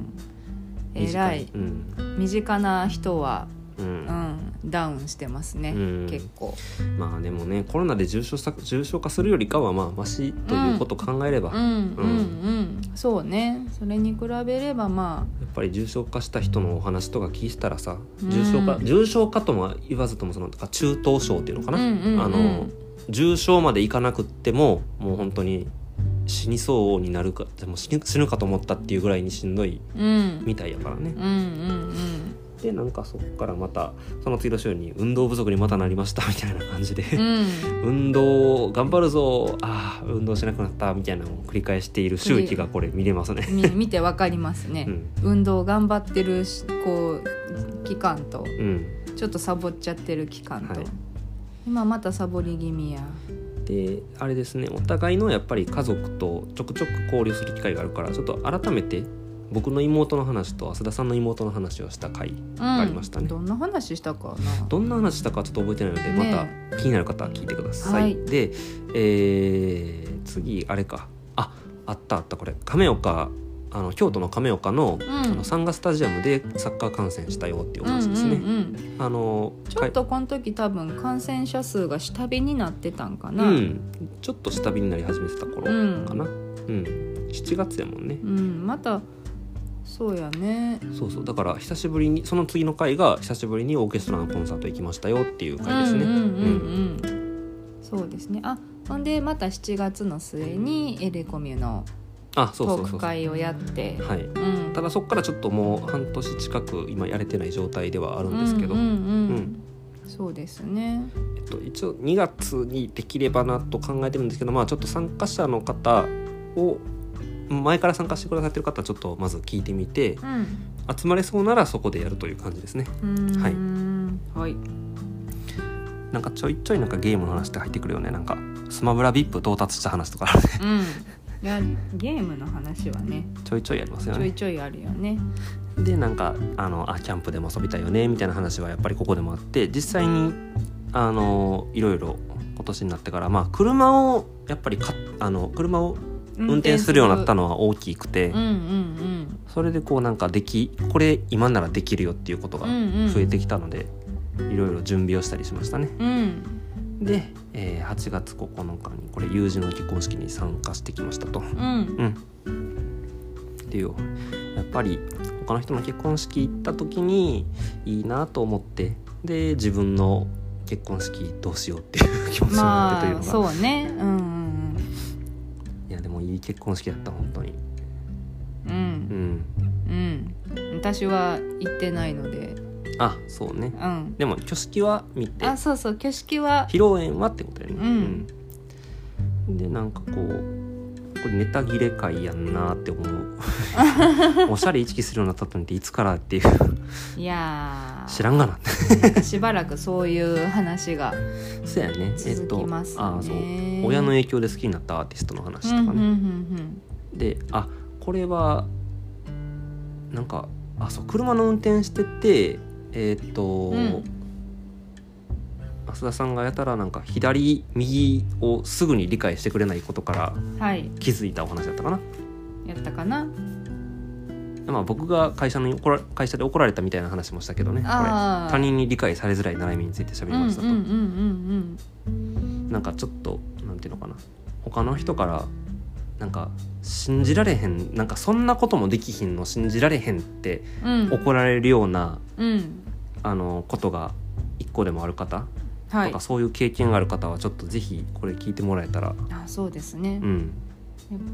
[SPEAKER 2] えらい
[SPEAKER 1] 短うん
[SPEAKER 2] 身近な人は
[SPEAKER 1] う、
[SPEAKER 2] うんん、ダウンしてますね、
[SPEAKER 1] うん
[SPEAKER 2] 結構
[SPEAKER 1] まあでもねコロナで重症さ重症化するよりかはまあマシということを考えれば、
[SPEAKER 2] うん
[SPEAKER 1] や
[SPEAKER 2] うんうんそうねそれに比べればま
[SPEAKER 1] っぱり重症化した人のお話とか聞いてたらさ
[SPEAKER 2] うん
[SPEAKER 1] 重症化重症化とも言わずともそのあ中等症っていうのか
[SPEAKER 2] あ、う
[SPEAKER 1] な、
[SPEAKER 2] んうんうん、
[SPEAKER 1] あの重症までいかなくってももう本当に死にそうになるかでも死ぬ死ぬかと思ったっていうぐらいにしんどい
[SPEAKER 2] うん
[SPEAKER 1] みたいやからね
[SPEAKER 2] うんうんうん
[SPEAKER 1] でなんかそこからまたその次の週に運動不足にまたなりましたみたいな感じで、
[SPEAKER 2] うん
[SPEAKER 1] 運動頑張るぞあー運動しなくなったみたいなのを繰り返している周期がこれ見れますね。
[SPEAKER 2] み見てわかりますね、
[SPEAKER 1] うん
[SPEAKER 2] 運動頑張ってるしこう期間と
[SPEAKER 1] うん、
[SPEAKER 2] ちょっとサボっちゃってる期間と、
[SPEAKER 1] はい
[SPEAKER 2] 今またサボり気味や
[SPEAKER 1] であれですねお互いのやっぱり家族とちょくちょく交流する機会があるからちょっと改めて僕の妹の話と浅田さんの妹の話をした回がありましたね。
[SPEAKER 2] うん、どんな話したかな
[SPEAKER 1] どんな話したかちょっと覚えてないので、
[SPEAKER 2] ね
[SPEAKER 1] また気になる方は聞いてください。
[SPEAKER 2] はい
[SPEAKER 1] で、えー次あれかああったあったこれ亀岡あの京都の亀岡の,、
[SPEAKER 2] ん
[SPEAKER 1] あのサンガスタジアムでサッカー観戦したよっていうお話ですね。
[SPEAKER 2] うんうんうん、
[SPEAKER 1] あの
[SPEAKER 2] ちょっとこの時多分感染者数が下火になってたんか
[SPEAKER 1] か
[SPEAKER 2] な、
[SPEAKER 1] いうん、ちょっと下火になり始めてた頃かな、うん7月やもんね
[SPEAKER 2] うんまたそうやね
[SPEAKER 1] そうそうだから久しぶりにその次の回が久しぶりにオーケストラのコンサート行きましたよっていう回ですね。
[SPEAKER 2] うんうんうんうん、そうですねあほんでまた7月の末にエレコミュの
[SPEAKER 1] あそう
[SPEAKER 2] ト
[SPEAKER 1] そうそ
[SPEAKER 2] ーク
[SPEAKER 1] うそう。は
[SPEAKER 2] 会をやって
[SPEAKER 1] い、
[SPEAKER 2] うん
[SPEAKER 1] ただそこからちょっともう半年近く今やれてない状態ではあるんですけど、
[SPEAKER 2] うんうんうん
[SPEAKER 1] うん
[SPEAKER 2] そうですね
[SPEAKER 1] えっと、一応2月にできればなと考えてるんですけど、まあ、ちょっと参加者の方を前から参加してくださってる方はちょっとまず聞いてみて
[SPEAKER 2] うん
[SPEAKER 1] 集まれそうならそこでやるという感じですね
[SPEAKER 2] うーんはい
[SPEAKER 1] なんかちょいちょいなんかゲームの話って入ってくるよねなんかスマブラ VIP 到達した話とか
[SPEAKER 2] うんいやゲームの話はね
[SPEAKER 1] ちょいちょいやりますよ
[SPEAKER 2] ちょい
[SPEAKER 1] ね
[SPEAKER 2] ちょいあるよね
[SPEAKER 1] でなんかあのあキャンプでも遊びたいよねみたいな話はやっぱりここでもあって実際にあのいろいろ今年になってからまあ車をやっぱりかあの車を運転するようになった
[SPEAKER 2] の
[SPEAKER 1] のは大きくて
[SPEAKER 2] うんうん
[SPEAKER 1] それでこうなんかできこれ今ならできるよっていうこと
[SPEAKER 2] うん
[SPEAKER 1] が
[SPEAKER 2] うんうん
[SPEAKER 1] 増えてきたのでいろいろ準備をしたりしましたね。
[SPEAKER 2] うん
[SPEAKER 1] で、えー8月9日にこれ友人の結婚式に参加してきましたと。
[SPEAKER 2] うん
[SPEAKER 1] うん、っていうやっぱり他の人の結婚式行った時にいいなと思ってで自分の結婚式どうしようっていう気持ちになって
[SPEAKER 2] ま
[SPEAKER 1] というの
[SPEAKER 2] あ
[SPEAKER 1] が、
[SPEAKER 2] そうねうん
[SPEAKER 1] いやでもいい結婚式だった本当に。
[SPEAKER 2] うんう
[SPEAKER 1] うんん、
[SPEAKER 2] うんうん私は行ってないので
[SPEAKER 1] あそうね
[SPEAKER 2] うん
[SPEAKER 1] でも挙式は見て
[SPEAKER 2] あそうそう挙式は
[SPEAKER 1] 披露宴はってことだよね、
[SPEAKER 2] うん
[SPEAKER 1] うんでなんかこうこれネタ切れ会やんなって思 うおしゃれ意識するようになったのっていつからっていう
[SPEAKER 2] いやー
[SPEAKER 1] 知らんがな
[SPEAKER 2] しばらくそういう話が
[SPEAKER 1] そうやねえっ
[SPEAKER 2] 続
[SPEAKER 1] と
[SPEAKER 2] きますね、
[SPEAKER 1] あそう親の影響で好きになったアーティストの話とかね、
[SPEAKER 2] うんうん
[SPEAKER 1] であこれはなんかあそう車の運転しててえーっと、
[SPEAKER 2] うん
[SPEAKER 1] 浅田さんがやたらなんか左右をすぐに理解してくれないことから
[SPEAKER 2] うんうんはい
[SPEAKER 1] 気づいたお話だったかな、
[SPEAKER 2] やったかな
[SPEAKER 1] まあ、僕が会社の怒ら会社で怒られたみたいな話もしたけどねこれ
[SPEAKER 2] あー
[SPEAKER 1] 他人に理解されづらい悩みについて喋
[SPEAKER 2] う
[SPEAKER 1] り
[SPEAKER 2] んうんうん
[SPEAKER 1] ま
[SPEAKER 2] う
[SPEAKER 1] したと、
[SPEAKER 2] ん
[SPEAKER 1] なんかちょっとなんていうのかな他の人からなんか信じられへんなんかそんなこともできひんの信じられへんって
[SPEAKER 2] うんうん
[SPEAKER 1] 怒られるような
[SPEAKER 2] うん
[SPEAKER 1] あのことが一個でもある方
[SPEAKER 2] は
[SPEAKER 1] と
[SPEAKER 2] い
[SPEAKER 1] かそういう経験がある方はちょっとぜひこれ聞いてもらえたら、
[SPEAKER 2] あそうですね
[SPEAKER 1] うん、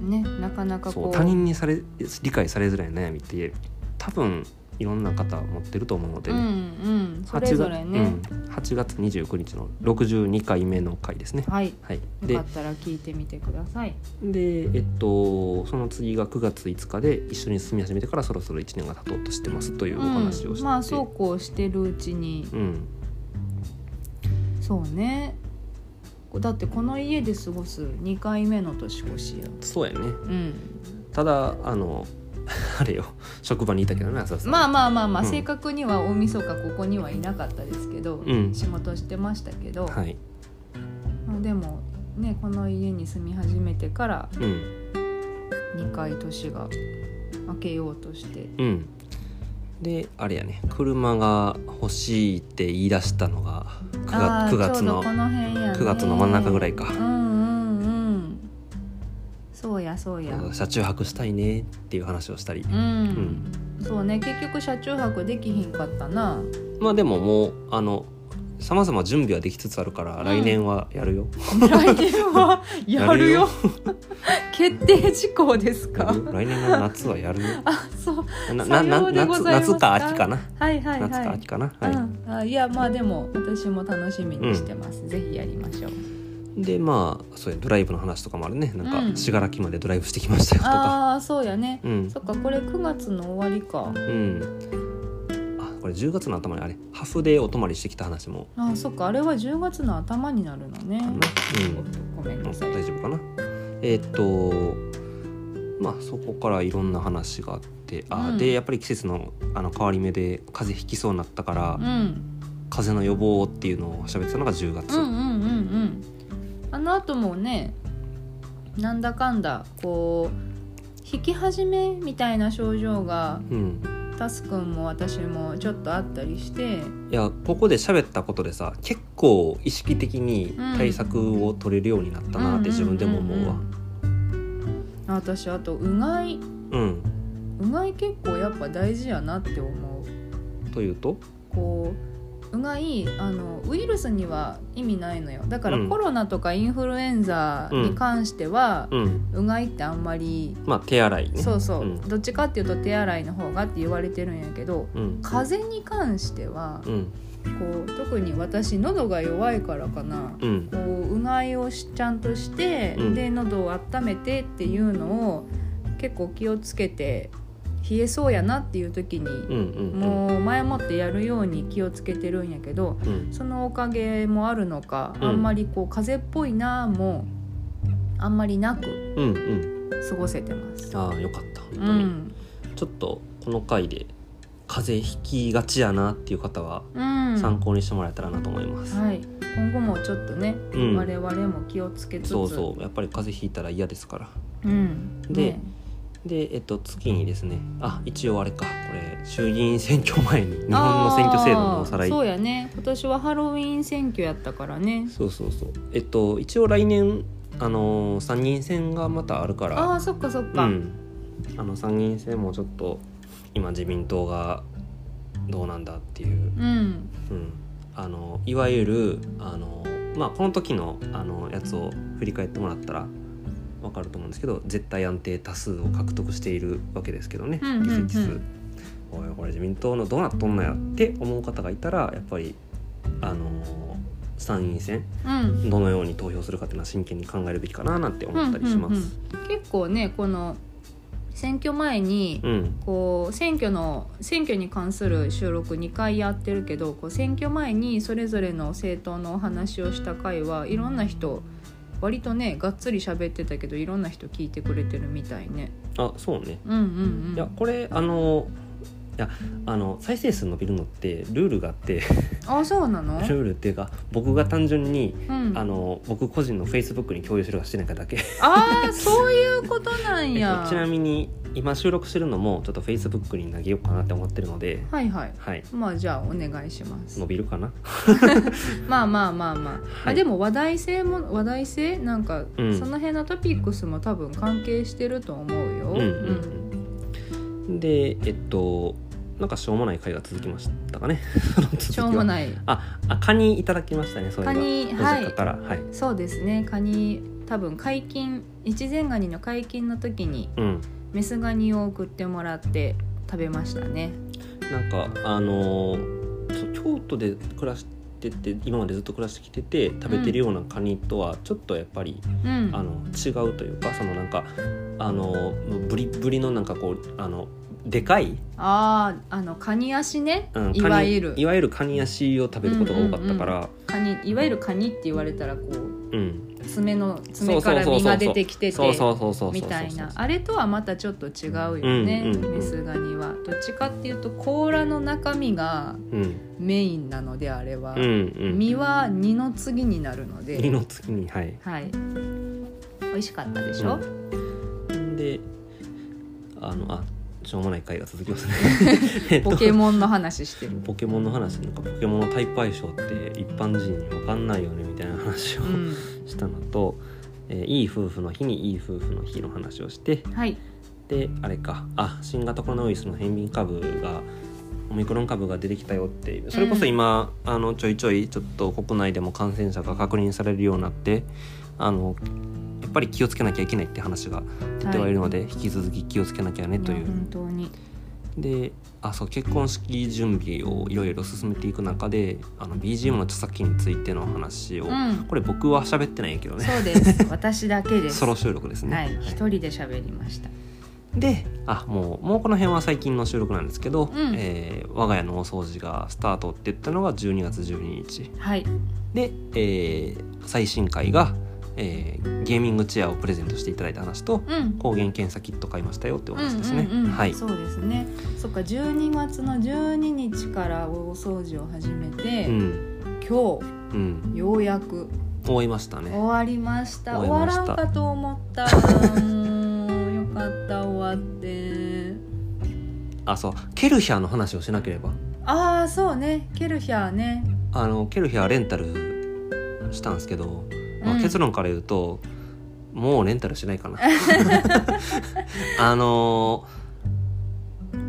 [SPEAKER 2] ねなかなか
[SPEAKER 1] そ
[SPEAKER 2] こ
[SPEAKER 1] う
[SPEAKER 2] う
[SPEAKER 1] 他人にされ理解されづらい悩みって多分いろんな方持ってると思うので
[SPEAKER 2] うん
[SPEAKER 1] ね、
[SPEAKER 2] うんそれぞれね、
[SPEAKER 1] 8月うん、8月29日の62回目の回ですね。
[SPEAKER 2] はい
[SPEAKER 1] はい、
[SPEAKER 2] よ
[SPEAKER 1] で
[SPEAKER 2] かったら聞いてみてください
[SPEAKER 1] で、えっと、その次が9月5日で一緒に住み始めてからそろそろ1年が経とうとしてますというお話をして、
[SPEAKER 2] うん、まあそうこうしてるうちに
[SPEAKER 1] うん
[SPEAKER 2] そうねだってこの家で過ごす2回目の年越しや
[SPEAKER 1] そうやね
[SPEAKER 2] うん
[SPEAKER 1] ただあの あれよ職場にいたけどね浅田さん
[SPEAKER 2] まあまあまあまあ、
[SPEAKER 1] うん
[SPEAKER 2] 正確には大晦日ここにはいなかったですけど、
[SPEAKER 1] うん
[SPEAKER 2] 仕事してましたけど、
[SPEAKER 1] はい、
[SPEAKER 2] まあでもねこの家に住み始めてから
[SPEAKER 1] うん
[SPEAKER 2] 2回年が明けようとして
[SPEAKER 1] うん、であれやね車が欲しいって言い出したのが
[SPEAKER 2] あー
[SPEAKER 1] 9, 月9月
[SPEAKER 2] ちょうど
[SPEAKER 1] の
[SPEAKER 2] この辺やね
[SPEAKER 1] 9月の真ん中ぐらいか
[SPEAKER 2] うんうんうんそうやそうや
[SPEAKER 1] 車中泊したいねっていう話をしたり
[SPEAKER 2] うん、そうね結局車中泊できひんかったな
[SPEAKER 1] まあでももうあのさまざま準備はできつつあるから、
[SPEAKER 2] ん
[SPEAKER 1] 来年はやるよ
[SPEAKER 2] 来年はやるよ
[SPEAKER 1] や
[SPEAKER 2] 決定事項です
[SPEAKER 1] や
[SPEAKER 2] か
[SPEAKER 1] るよ来年の夏はや るよ
[SPEAKER 2] あそう
[SPEAKER 1] な
[SPEAKER 2] さ
[SPEAKER 1] な
[SPEAKER 2] ようでご
[SPEAKER 1] 夏
[SPEAKER 2] ざいます
[SPEAKER 1] 夏か秋かな、
[SPEAKER 2] はいはいはい
[SPEAKER 1] 夏か秋かなはい、
[SPEAKER 2] うん、あいやまあでも私も楽しみにしてます、ぜひやりましょう
[SPEAKER 1] でまあそういうドライブの話とかもあるねな
[SPEAKER 2] うんん
[SPEAKER 1] か信楽、までドライブしてきましたよとか
[SPEAKER 2] ああそうやね、
[SPEAKER 1] うん
[SPEAKER 2] そっかこれ9月の終わりか
[SPEAKER 1] うんあこれ10月の頭にあれハフでお泊まりしてきた話も
[SPEAKER 2] あーそっかあれは10月の頭になるのね
[SPEAKER 1] あるなうん
[SPEAKER 2] ごめん
[SPEAKER 1] うん
[SPEAKER 2] なさい、
[SPEAKER 1] 大丈夫かなえーっとまあそこからいろんな話があってあ、
[SPEAKER 2] うん
[SPEAKER 1] でやっぱり季節のあの変わり目で風邪ひきそうになったから、
[SPEAKER 2] うん、
[SPEAKER 1] 風邪の予防っていうのを喋ってたのが10月、
[SPEAKER 2] うんうんうんうんあの後もねなんだかんだこう引き始めみたいな症状が
[SPEAKER 1] うん
[SPEAKER 2] タスくんも私もちょっとあったりして
[SPEAKER 1] いやここで喋ったことでさ結構意識的に対策を取れるようになったなって自分でも思うわ
[SPEAKER 2] んんうんうん私あとうがい
[SPEAKER 1] うん
[SPEAKER 2] うがい結構やっぱ大事やなって思う
[SPEAKER 1] というと
[SPEAKER 2] こううがいあのウイルスには意味ないのよだから
[SPEAKER 1] うん
[SPEAKER 2] コロナとかインフルエンザに関しては、
[SPEAKER 1] うん
[SPEAKER 2] うがいってあんまり
[SPEAKER 1] まあ手洗いね
[SPEAKER 2] そうそう、
[SPEAKER 1] うん
[SPEAKER 2] どっちかっていうと手洗いの方がって言われてるんやけど
[SPEAKER 1] うん
[SPEAKER 2] 風邪に関しては
[SPEAKER 1] うん
[SPEAKER 2] こう特に私喉が弱いからかな
[SPEAKER 1] うん
[SPEAKER 2] こううがいをしちゃんとして、
[SPEAKER 1] うん
[SPEAKER 2] で喉を温めてっていうのを結構気をつけて冷えそうやなっていう時に、
[SPEAKER 1] うんうん
[SPEAKER 2] もう前もってやるように気をつけてるんやけど
[SPEAKER 1] うん
[SPEAKER 2] そのおかげもあるのか、
[SPEAKER 1] うん
[SPEAKER 2] あんまりこう風邪っぽいなぁもあんまりなく
[SPEAKER 1] うんうん
[SPEAKER 2] 過ごせてます。
[SPEAKER 1] ああよかった本当
[SPEAKER 2] う
[SPEAKER 1] に、
[SPEAKER 2] ん、
[SPEAKER 1] ちょっとこの回で風邪ひきがちやなっていう方は
[SPEAKER 2] うん、
[SPEAKER 1] 参考にしてもらえたらなと思います、
[SPEAKER 2] はい、今後もちょっとね、
[SPEAKER 1] うん
[SPEAKER 2] 我々も気をつけつつ
[SPEAKER 1] そうそうやっぱり風邪ひいたら嫌ですから
[SPEAKER 2] う、ん、
[SPEAKER 1] で
[SPEAKER 2] ね
[SPEAKER 1] でえっと月にですねあ一応あれかこれ衆議院選挙前に日本の選挙制度のおさら
[SPEAKER 2] あ
[SPEAKER 1] い
[SPEAKER 2] ーそうやね今年はハロウィン選挙やったからね
[SPEAKER 1] そうそうそうえっと一応来年あのー参議院選がまたあるか
[SPEAKER 2] あ
[SPEAKER 1] ら
[SPEAKER 2] あそっかそっ
[SPEAKER 1] う
[SPEAKER 2] か、
[SPEAKER 1] んあの参議院選もちょっと今自民党がどうなんだっていう
[SPEAKER 2] うん
[SPEAKER 1] うん、あのいわゆるあの、まあ、この時のあのやつを振り返ってもらったら分かると思うんですけど絶対安定多数を獲得しているわけですけどね
[SPEAKER 2] うんうんうん
[SPEAKER 1] 議席数。おいこれ自民党のどうなっとんのやって思う方がいたらやっぱりあの参院選
[SPEAKER 2] うん
[SPEAKER 1] どのように投票するかっていうのは真剣に考えるべきかななんて思ったりします。
[SPEAKER 2] 結構ねこの選挙前に、
[SPEAKER 1] うん
[SPEAKER 2] こう選挙の選挙に関する収録2回やってるけどこう選挙前にそれぞれの政党のお話をした回はいろんな人割とねがっつり喋ってたけどいろんな人聞いてくれてるみたいね。
[SPEAKER 1] あそうね
[SPEAKER 2] うんうんうん、
[SPEAKER 1] いやこれあのいやあの再生数伸びるのってルールがあって
[SPEAKER 2] あそうなの、
[SPEAKER 1] ルールっていうか僕が単純に
[SPEAKER 2] うん、
[SPEAKER 1] あの僕個人の Facebook に共有するかしてないかだけ
[SPEAKER 2] あーそういうことなん
[SPEAKER 1] えっ
[SPEAKER 2] や
[SPEAKER 1] とちなみに今収録してるのもちょっと Facebook に投げようかなって思ってるので
[SPEAKER 2] はいはい
[SPEAKER 1] はい
[SPEAKER 2] まあじゃあお願いします
[SPEAKER 1] 伸びるかな
[SPEAKER 2] まあまあまあまあ,、
[SPEAKER 1] はい
[SPEAKER 2] あでも話題性も話題性なんか、
[SPEAKER 1] うん
[SPEAKER 2] その辺のトピックスも多分関係してると思うよ、
[SPEAKER 1] うんうんうんでえっとなんかしょうもない回が続きましたかね その続きは
[SPEAKER 2] しょうもない
[SPEAKER 1] ああカニいただきましたねそれ
[SPEAKER 2] カ
[SPEAKER 1] が
[SPEAKER 2] ニ
[SPEAKER 1] ロジ
[SPEAKER 2] は
[SPEAKER 1] カ
[SPEAKER 2] い
[SPEAKER 1] からはい
[SPEAKER 2] そうですねカニ多分解禁一前ガニの解禁の時に
[SPEAKER 1] うん
[SPEAKER 2] メスガニを送ってもらって食べましたね
[SPEAKER 1] なんかあのーそう京都で暮らしてて今までずっと暮らしてきてて食べてるようなカニとはちょっとやっぱり
[SPEAKER 2] うん
[SPEAKER 1] あの違うというかそのなんかあのブリッブリのなんかこうあのでかい、
[SPEAKER 2] あーあのカニ足ね、
[SPEAKER 1] うん、
[SPEAKER 2] いわゆる
[SPEAKER 1] カニいわゆるカニ足を食べることが多かったから、
[SPEAKER 2] カニいわゆるカニって言われたらこう
[SPEAKER 1] うん
[SPEAKER 2] 爪の
[SPEAKER 1] そ
[SPEAKER 2] 爪
[SPEAKER 1] うそ
[SPEAKER 2] か
[SPEAKER 1] うそうそう
[SPEAKER 2] ら身が出てきて
[SPEAKER 1] そう
[SPEAKER 2] て
[SPEAKER 1] そうそうそうそうそう
[SPEAKER 2] みたいなあれとはまたちょっと違うよね、
[SPEAKER 1] うんうんうん
[SPEAKER 2] メスガニはどっちかっていうと甲羅の中身が
[SPEAKER 1] うん
[SPEAKER 2] メインなのであれは、
[SPEAKER 1] うんうん
[SPEAKER 2] 身は二の次になるの
[SPEAKER 1] 二
[SPEAKER 2] で
[SPEAKER 1] の月にはい
[SPEAKER 2] はい美味しかったでしょ、
[SPEAKER 1] うんであのあしょうもない回が続きます ねえっと
[SPEAKER 2] ポケモンの話し てる、
[SPEAKER 1] ポケモンの話なんかポケモンのタイプ相性って一般人に分かんないよねみたいな話を、
[SPEAKER 2] うん、
[SPEAKER 1] したのと、えーいい夫婦の日にいい夫婦の日の話をして
[SPEAKER 2] はい
[SPEAKER 1] であれかあ新型コロナウイルスの変異株がオミクロン株が出てきたよってそれこそ今、あのちょいちょいちょっと国内でも感染者が確認されるようになってあのやっぱり気をつけなきゃいけないって話が出てはいるので、引き続き気をつけなきゃねとい
[SPEAKER 2] や
[SPEAKER 1] う
[SPEAKER 2] 本当に
[SPEAKER 1] であそう結婚式準備をいろいろ進めていく中であの BGM の著作権についての話を、
[SPEAKER 2] うん
[SPEAKER 1] これ僕は喋ってないけどね
[SPEAKER 2] そうです 私だけです
[SPEAKER 1] ソロ収録ですね、
[SPEAKER 2] はい一人で喋りました
[SPEAKER 1] であもうもうこの辺は最近の収録なんですけど、
[SPEAKER 2] うん
[SPEAKER 1] えー我が家の大掃除がスタートって言ったのが12月12日
[SPEAKER 2] はい
[SPEAKER 1] で、えー最新回が、えーゲーミングチェアをプレゼントしていただいた話と
[SPEAKER 2] うん
[SPEAKER 1] 抗原検査キット買いましたよってお話ですね、
[SPEAKER 2] うんうんうん
[SPEAKER 1] はい
[SPEAKER 2] そうですねそっか12月の12日からお掃除を始めて、
[SPEAKER 1] うん
[SPEAKER 2] 今
[SPEAKER 1] うん
[SPEAKER 2] 日ようやく
[SPEAKER 1] 終わりましたね
[SPEAKER 2] 終わりました
[SPEAKER 1] 終
[SPEAKER 2] 終わ
[SPEAKER 1] わりました
[SPEAKER 2] らんかと思ったもうよかった終わって
[SPEAKER 1] あそうケルヒャーの話をしなければ
[SPEAKER 2] ああそうねケルヒャーね、
[SPEAKER 1] あのケルヒャーレンタルしたんですけど、まあ、
[SPEAKER 2] うん
[SPEAKER 1] 結論から言うと、もうレンタルしない かなあのー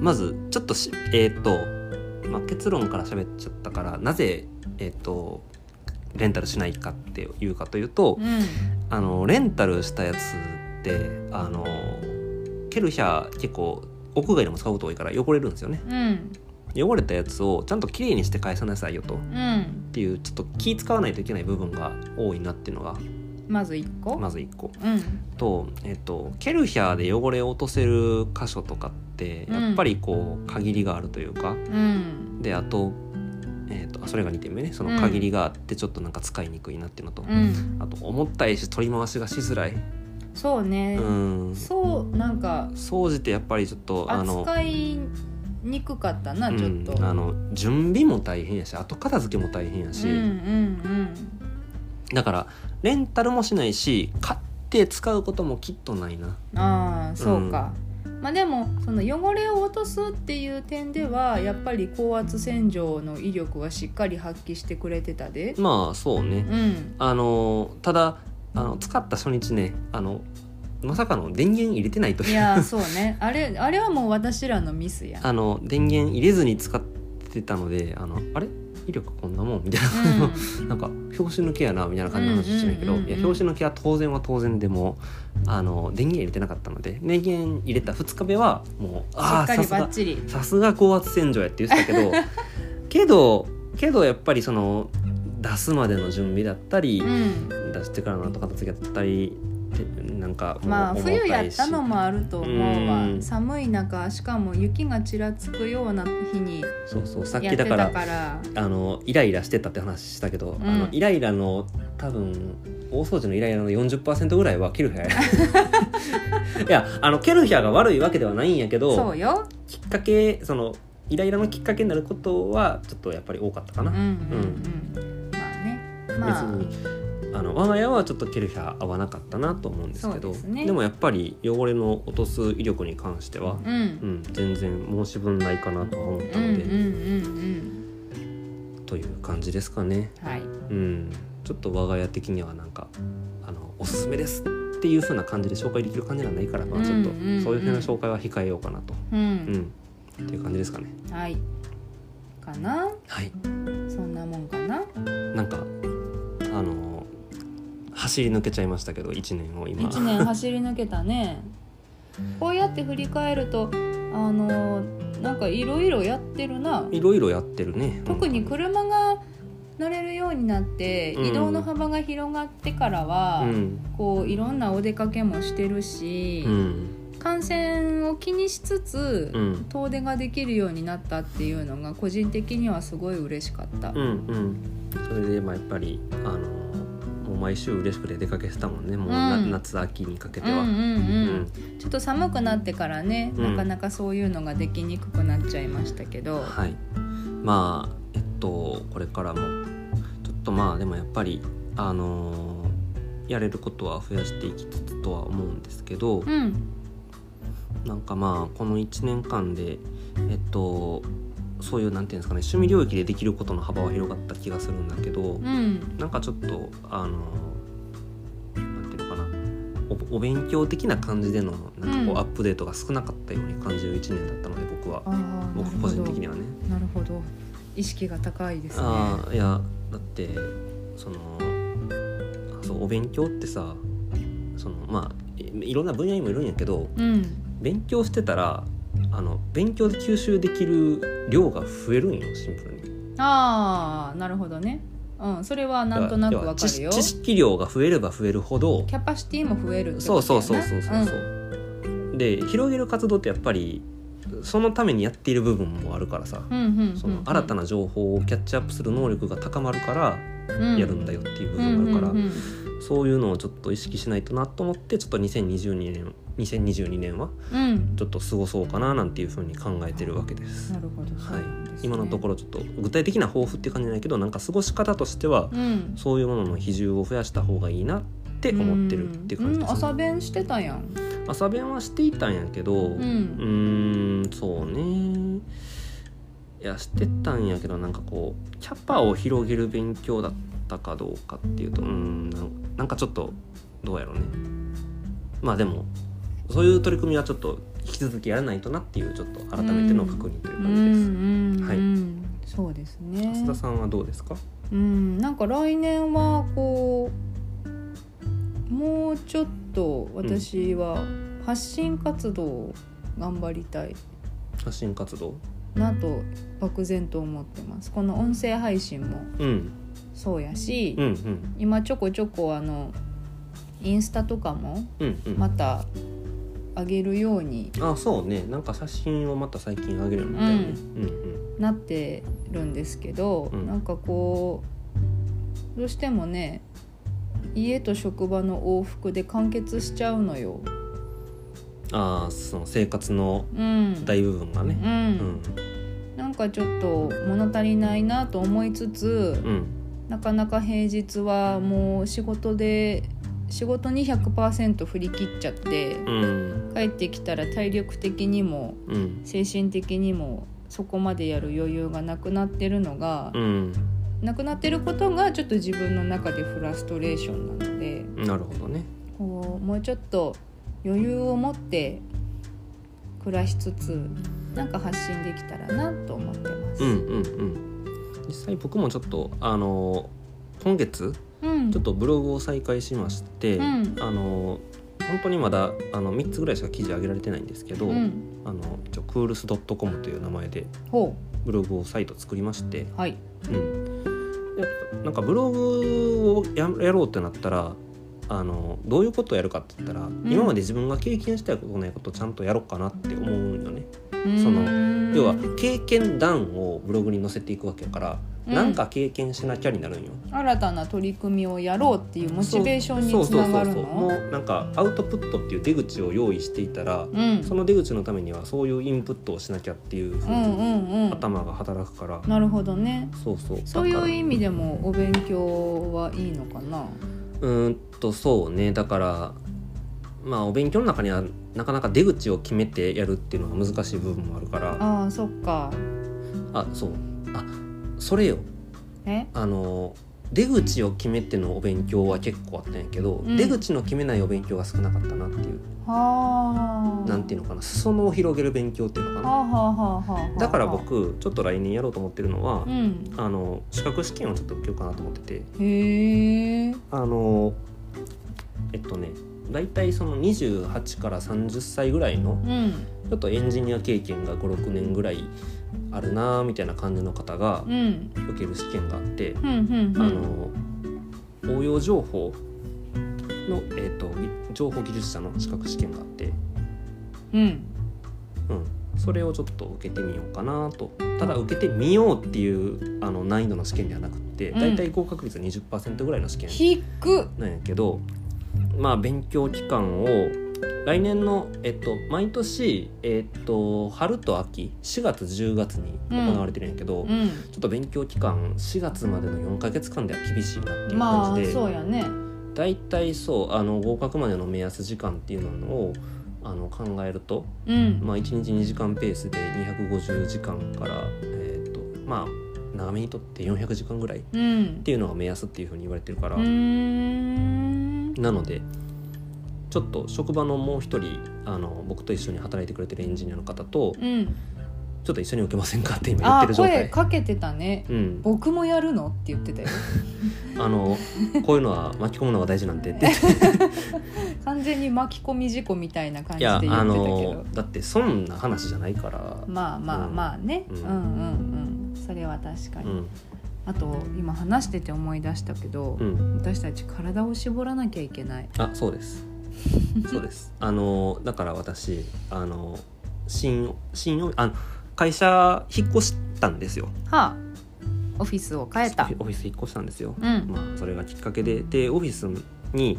[SPEAKER 1] まずちょっとしえーっ、と、まあ、結論から喋っちゃったからなぜえーっ、とレンタルしないかっていうかというと、
[SPEAKER 2] うん、
[SPEAKER 1] あのレンタルしたやつってあのーケルヒャー結構屋外でも使うこと多いから汚れるんですよね
[SPEAKER 2] うん
[SPEAKER 1] 汚れたやつをちゃんときれいにして返さなさいよと
[SPEAKER 2] うん
[SPEAKER 1] っていうちょっと気使わないといけない部分が多いなっていうのが
[SPEAKER 2] まず一個、
[SPEAKER 1] まず1個
[SPEAKER 2] うん
[SPEAKER 1] と、えっと、ケルヒャーで汚れを落とせる箇所とかって
[SPEAKER 2] うん
[SPEAKER 1] やっぱりこう限りがあるというか、
[SPEAKER 2] うん
[SPEAKER 1] であと,、えっとあそれが2点目ねその限りがあってちょっとなんか使いにくいなっていうのと、
[SPEAKER 2] うん
[SPEAKER 1] あと思ったし取り回しがしづらい、
[SPEAKER 2] そうね、
[SPEAKER 1] うん
[SPEAKER 2] そうなんか
[SPEAKER 1] 掃除ってやっぱりちょっとあの。
[SPEAKER 2] 扱いにくかったな
[SPEAKER 1] う
[SPEAKER 2] ちょっ
[SPEAKER 1] ん
[SPEAKER 2] と、、
[SPEAKER 1] あの準備も大変やし後片付けも大変やし、
[SPEAKER 2] うんうん
[SPEAKER 1] だからレンタルもしないし買って使うこともきっとないな
[SPEAKER 2] うんああそうか、まあでもその汚れを落とすっていう点ではやっぱり高圧洗浄の威力はしっかり発揮してくれてたで
[SPEAKER 1] まあそうね
[SPEAKER 2] うん
[SPEAKER 1] あのただあの使った初日ねあのまさかの電源入れてないと
[SPEAKER 2] い
[SPEAKER 1] いう
[SPEAKER 2] やーそうねあれあれはもう私らのミスや
[SPEAKER 1] あの電源入れずに使ってたのであのあれ威力こんなもんみたいな、なんか表紙抜けやなみたいな感じの話してないけど、
[SPEAKER 2] うんうんうんう
[SPEAKER 1] い
[SPEAKER 2] ん
[SPEAKER 1] や表紙抜けは当然は当然でもあの電源入れてなかったので電源入れた2日目はもう あ
[SPEAKER 2] しっ
[SPEAKER 1] あさ
[SPEAKER 2] かり
[SPEAKER 1] す
[SPEAKER 2] バ
[SPEAKER 1] が
[SPEAKER 2] ッチリ
[SPEAKER 1] さすが高圧洗浄やって言ってたけ どけどけどやっぱりその出すまでの準備だったり、
[SPEAKER 2] うん
[SPEAKER 1] 出してからの後片付けだったりってなんかもう
[SPEAKER 2] まあ
[SPEAKER 1] 重
[SPEAKER 2] 冬
[SPEAKER 1] た
[SPEAKER 2] やっ
[SPEAKER 1] いした
[SPEAKER 2] のもあると思うわ
[SPEAKER 1] うん
[SPEAKER 2] 寒い中しかも雪がちらつくような日に
[SPEAKER 1] そうそうさっ
[SPEAKER 2] やっ
[SPEAKER 1] きだ
[SPEAKER 2] て
[SPEAKER 1] か
[SPEAKER 2] た
[SPEAKER 1] ら
[SPEAKER 2] から
[SPEAKER 1] あのイライラしてたって話したけど、
[SPEAKER 2] ん
[SPEAKER 1] あのイライラの多分大掃除のイライラの40%ぐらいはケルヒ ャーやいやあのケルヒャーが悪いわけではないんやけ
[SPEAKER 2] そ
[SPEAKER 1] ど
[SPEAKER 2] うよ、
[SPEAKER 1] きっかけそのイライラのきっかけになることはちょっとやっぱり多かったか
[SPEAKER 2] う
[SPEAKER 1] な、
[SPEAKER 2] んうんうん、まあねまあ
[SPEAKER 1] 別にあの我が家はちょっとケルヒャー合わなかったなと思うんですけ
[SPEAKER 2] そう
[SPEAKER 1] ど
[SPEAKER 2] ですね
[SPEAKER 1] もやっぱり汚れの落とす威力に関しては、
[SPEAKER 2] うん
[SPEAKER 1] うん、全然申し分ないかなとは思っ
[SPEAKER 2] う
[SPEAKER 1] た
[SPEAKER 2] んうん
[SPEAKER 1] ので、
[SPEAKER 2] うん
[SPEAKER 1] という感じですかね、
[SPEAKER 2] うんはい
[SPEAKER 1] うん、ちょっと我が家的にはなんかあのおすすめですっていう風な感じで紹介できる感じがないから、まあ、ちょっと
[SPEAKER 2] うんうんうん
[SPEAKER 1] そういう風な紹介は控えようかなと、
[SPEAKER 2] う、
[SPEAKER 1] うんん、っていう感じですかね。
[SPEAKER 2] はいかな
[SPEAKER 1] はい、
[SPEAKER 2] そんなもんかな
[SPEAKER 1] なんかあの走り抜けちゃいましたけど1年を今
[SPEAKER 2] 一年走り抜けたねこうやって振り返るとあのなんかいろいろやってるない
[SPEAKER 1] ろいろやってるね。
[SPEAKER 2] 特に車が乗れるようになって
[SPEAKER 1] うん
[SPEAKER 2] 移動の幅が広がってからは、
[SPEAKER 1] うん
[SPEAKER 2] こういろんなお出かけもしてるし
[SPEAKER 1] う、ん
[SPEAKER 2] 感染を気にしつつ、
[SPEAKER 1] うん
[SPEAKER 2] 遠出ができるようになったっていうのが個人的にはすごい嬉しかった、
[SPEAKER 1] うんうんそれでまあやっぱりあのもう毎週嬉しくて出かけてたもんねもうな、
[SPEAKER 2] うん
[SPEAKER 1] 夏秋にかけ
[SPEAKER 2] う
[SPEAKER 1] て
[SPEAKER 2] んうん
[SPEAKER 1] は。
[SPEAKER 2] うんちょっと寒くなってからね、
[SPEAKER 1] うん
[SPEAKER 2] なかなかそういうのができにくくなっちゃいましたけど、
[SPEAKER 1] はいまあえっとこれからもちょっとまあでもやっぱりあのやれることは増やしていきつつとは思うんですけど、
[SPEAKER 2] うん
[SPEAKER 1] なんかまあこの1年間でえっとそういうなんていうんですかね趣味領域でできることの幅は広がった気がするんだけど
[SPEAKER 2] うん
[SPEAKER 1] なんかちょっとあのなんていうのかなおお勉強的な感じでのなんかこ
[SPEAKER 2] うん
[SPEAKER 1] うアップデートが少なかったように感じる1年だったので僕は
[SPEAKER 2] ああ
[SPEAKER 1] 僕個人的にはね。
[SPEAKER 2] なるほど意識が高いですね
[SPEAKER 1] ああいやだってそのあそうお勉強ってさそのまあいいろんな分野にもいるんやけど
[SPEAKER 2] うん
[SPEAKER 1] 勉強してたらあの勉強で吸収できる量が増えるんよシンプルに。
[SPEAKER 2] ああなるほどねうんそれはなんとなく
[SPEAKER 1] 要
[SPEAKER 2] わ
[SPEAKER 1] は
[SPEAKER 2] かるよ
[SPEAKER 1] 知知識量が増えれば増えるほど
[SPEAKER 2] キャパシティも増えるって
[SPEAKER 1] そ
[SPEAKER 2] こ
[SPEAKER 1] うそ
[SPEAKER 2] と
[SPEAKER 1] うそ
[SPEAKER 2] だ
[SPEAKER 1] う
[SPEAKER 2] よね
[SPEAKER 1] そうそうそう、で広げる活動ってやっぱりそのためにやっている部分もあるからさ、
[SPEAKER 2] うんうんうんうん
[SPEAKER 1] その新たな情報をキャッチアップする能力が高まるからやるんだよっていう部分があるから、
[SPEAKER 2] うんうんうん
[SPEAKER 1] そういうのをちょっと意識しないとなと思ってちょっと2022年2022年は
[SPEAKER 2] うんうん
[SPEAKER 1] ちょっと過ごそうかななんていうふうに考えてるわけです。
[SPEAKER 2] なるほど
[SPEAKER 1] はい
[SPEAKER 2] そうですね
[SPEAKER 1] 今のところちょっと具体的な抱負って感じじゃないけどなんか過ごし方としては
[SPEAKER 2] うん
[SPEAKER 1] そういうものの比重を増やした方がいいなって思ってるっていう感じ
[SPEAKER 2] う
[SPEAKER 1] です、
[SPEAKER 2] んうん
[SPEAKER 1] ね
[SPEAKER 2] 朝弁してたやん
[SPEAKER 1] 朝弁はしていたんやけどう
[SPEAKER 2] うん
[SPEAKER 1] ーんそうねいやしてたんやけどなんかこうキャパを広げる勉強だったかどうかっていうとうーんなんなんかちょっとどうやろうねまあでもそういう取り組みはちょっと引き続きやらないとなっていうちょっと改めての確認という
[SPEAKER 2] うん
[SPEAKER 1] 感
[SPEAKER 2] うん
[SPEAKER 1] はい
[SPEAKER 2] うんそうです
[SPEAKER 1] じです。
[SPEAKER 2] ね
[SPEAKER 1] 須田さんはどうですか
[SPEAKER 2] うんなんか来年はこうもうちょっと私は発信活動を頑張りたい
[SPEAKER 1] 発信活動
[SPEAKER 2] なと漠然と思ってますこの音声配信も
[SPEAKER 1] うん
[SPEAKER 2] そうやし、
[SPEAKER 1] うんうん
[SPEAKER 2] 今ちょこちょこあのインスタとかも
[SPEAKER 1] うんうん、
[SPEAKER 2] また上げるように
[SPEAKER 1] あそうねなんか写真をまた最近あげるみたいなね、うん
[SPEAKER 2] なってるんですけど、
[SPEAKER 1] うん
[SPEAKER 2] なんかこうどうしてもね家と職場の往復で完結しちゃうのよ。
[SPEAKER 1] うん、ああその生活の
[SPEAKER 2] うん、
[SPEAKER 1] 大部分がね
[SPEAKER 2] う
[SPEAKER 1] うんん
[SPEAKER 2] なんかちょっと物足りないなと思いつつ、
[SPEAKER 1] うん
[SPEAKER 2] なかなか平日はもう仕事で仕事に100%振り切っちゃって
[SPEAKER 1] うん
[SPEAKER 2] 帰ってきたら体力的にも
[SPEAKER 1] うん
[SPEAKER 2] 精神的にもそこまでやる余裕がなくなってるのが
[SPEAKER 1] う、ん
[SPEAKER 2] なくなってることがちょっと自分の中でフラストレーションなので
[SPEAKER 1] なるほどね
[SPEAKER 2] こうもうちょっと余裕を持って暮らしつつなんか発信できたらなと思ってます。
[SPEAKER 1] うんうんうん実際僕もちょっとあの今月
[SPEAKER 2] うん、
[SPEAKER 1] ちょっとブログを再開しまして、
[SPEAKER 2] うん
[SPEAKER 1] あの本当にまだあの3つぐらいしか記事上げられてないんですけど、
[SPEAKER 2] うん、
[SPEAKER 1] あの一応クールス .com という名前で
[SPEAKER 2] ほ
[SPEAKER 1] ブログをサイト作りまして、
[SPEAKER 2] うはい、
[SPEAKER 1] うん、やっぱなんかブログをややろうってなったらあのどういうことをやるかって言ったら、
[SPEAKER 2] ん
[SPEAKER 1] 今まで自分が経験したことないことをちゃんとやろうかなって思うよね。
[SPEAKER 2] そ
[SPEAKER 1] その要は経験談をブログに載せていくわけやから、なんか経験しなきゃになるんよ。
[SPEAKER 2] 新たな取り組みをやろうっていうモチベーションにつながる
[SPEAKER 1] そうそうそうそう
[SPEAKER 2] の
[SPEAKER 1] もうなんかアウトプットっていう出口を用意していたら、
[SPEAKER 2] うん
[SPEAKER 1] その出口のためにはそういうインプットをしなきゃっていう
[SPEAKER 2] うんうんうん
[SPEAKER 1] 頭が働くから、
[SPEAKER 2] なるほどね
[SPEAKER 1] そうそう
[SPEAKER 2] そうい
[SPEAKER 1] だか
[SPEAKER 2] う
[SPEAKER 1] ら
[SPEAKER 2] 意味でもお勉強はいいのかな
[SPEAKER 1] うーんとそうねだからまあお勉強の中にはなかなか出口を決めてやるっていうのが難しい部分もあるからあ
[SPEAKER 2] あーそっか
[SPEAKER 1] そうあそれよ
[SPEAKER 2] え
[SPEAKER 1] あの出口を決めてのお勉強は結構あったんやけど、
[SPEAKER 2] うん
[SPEAKER 1] 出口の決めないお勉強が少なかったなっていう、
[SPEAKER 2] はあ
[SPEAKER 1] なんていうのかな裾野を広げる勉強っていうのか
[SPEAKER 2] は
[SPEAKER 1] な、
[SPEAKER 2] あはあはあはあはあ
[SPEAKER 1] だから僕ちょっと来年やろうと思ってるのは
[SPEAKER 2] う、ん
[SPEAKER 1] あの資格試験をちょっと受けようかなと思ってて
[SPEAKER 2] へえ
[SPEAKER 1] あのえっとね大体その28から30歳ぐらいの
[SPEAKER 2] うん
[SPEAKER 1] ちょっとエンジニア経験が56年ぐらいあるなみたいな感じの方が
[SPEAKER 2] うん
[SPEAKER 1] 受ける試験があって、
[SPEAKER 2] ふんふんふん
[SPEAKER 1] あの応用情報の、えー、とぎ情報技術者の資格試験があって、
[SPEAKER 2] うん
[SPEAKER 1] うん、それをちょっと受けてみようかなとただ受けてみようっていうあの難易度の試験ではなくって
[SPEAKER 2] うん
[SPEAKER 1] 大体合格率20%ぐらいの試験
[SPEAKER 2] 低く
[SPEAKER 1] なんやけど、まあ勉強期間を来年の、えっと、毎年、えっと、春と秋4月10月に行われてるんやけど、ちょ
[SPEAKER 2] うん
[SPEAKER 1] っと勉強期間4月までの4ヶ月間では厳しいなっていう
[SPEAKER 2] ま
[SPEAKER 1] 感
[SPEAKER 2] あ
[SPEAKER 1] じで、
[SPEAKER 2] そうやね
[SPEAKER 1] 大体そうあの合格までの目安時間っていうのをあの考えると、
[SPEAKER 2] うん、
[SPEAKER 1] まあ、1日2時間ペースで250時間から、えー、とまあ長めにとって400時間ぐらいっ
[SPEAKER 2] うん
[SPEAKER 1] ていうのが目安っていうふうに言われてるから、
[SPEAKER 2] うーん
[SPEAKER 1] なのでちょっと職場のもう一人あの僕と一緒に働いてくれてるエンジニアの方と
[SPEAKER 2] うん
[SPEAKER 1] ちょっと一緒に受けませんかって今言っ
[SPEAKER 2] あ
[SPEAKER 1] てる
[SPEAKER 2] ー
[SPEAKER 1] 状
[SPEAKER 2] 声
[SPEAKER 1] 態。
[SPEAKER 2] かけてたね
[SPEAKER 1] うん、
[SPEAKER 2] 僕もやるのって言っ てたよ
[SPEAKER 1] あのこういうのは巻き込むのが大事なん でって
[SPEAKER 2] 完全に巻き込み事故みたいな
[SPEAKER 1] い
[SPEAKER 2] 感じで言
[SPEAKER 1] や
[SPEAKER 2] ってた
[SPEAKER 1] あ
[SPEAKER 2] け
[SPEAKER 1] の
[SPEAKER 2] ど
[SPEAKER 1] だって損な話じゃないから、
[SPEAKER 2] まあまあ
[SPEAKER 1] うん
[SPEAKER 2] まあね、
[SPEAKER 1] う
[SPEAKER 2] うんん、うんうんそれは確か
[SPEAKER 1] う
[SPEAKER 2] に、
[SPEAKER 1] ん
[SPEAKER 2] あと今話してて思い出したけど、
[SPEAKER 1] うん、
[SPEAKER 2] 私たち体を絞らなきゃいけない
[SPEAKER 1] あそうですそうですあのだから私あの新新大あの会社引っ越したんですよ
[SPEAKER 2] はあオフィスを変えた
[SPEAKER 1] オフィス引っ越したんですよ、
[SPEAKER 2] うん
[SPEAKER 1] まあ、それがきっかけででオフィスに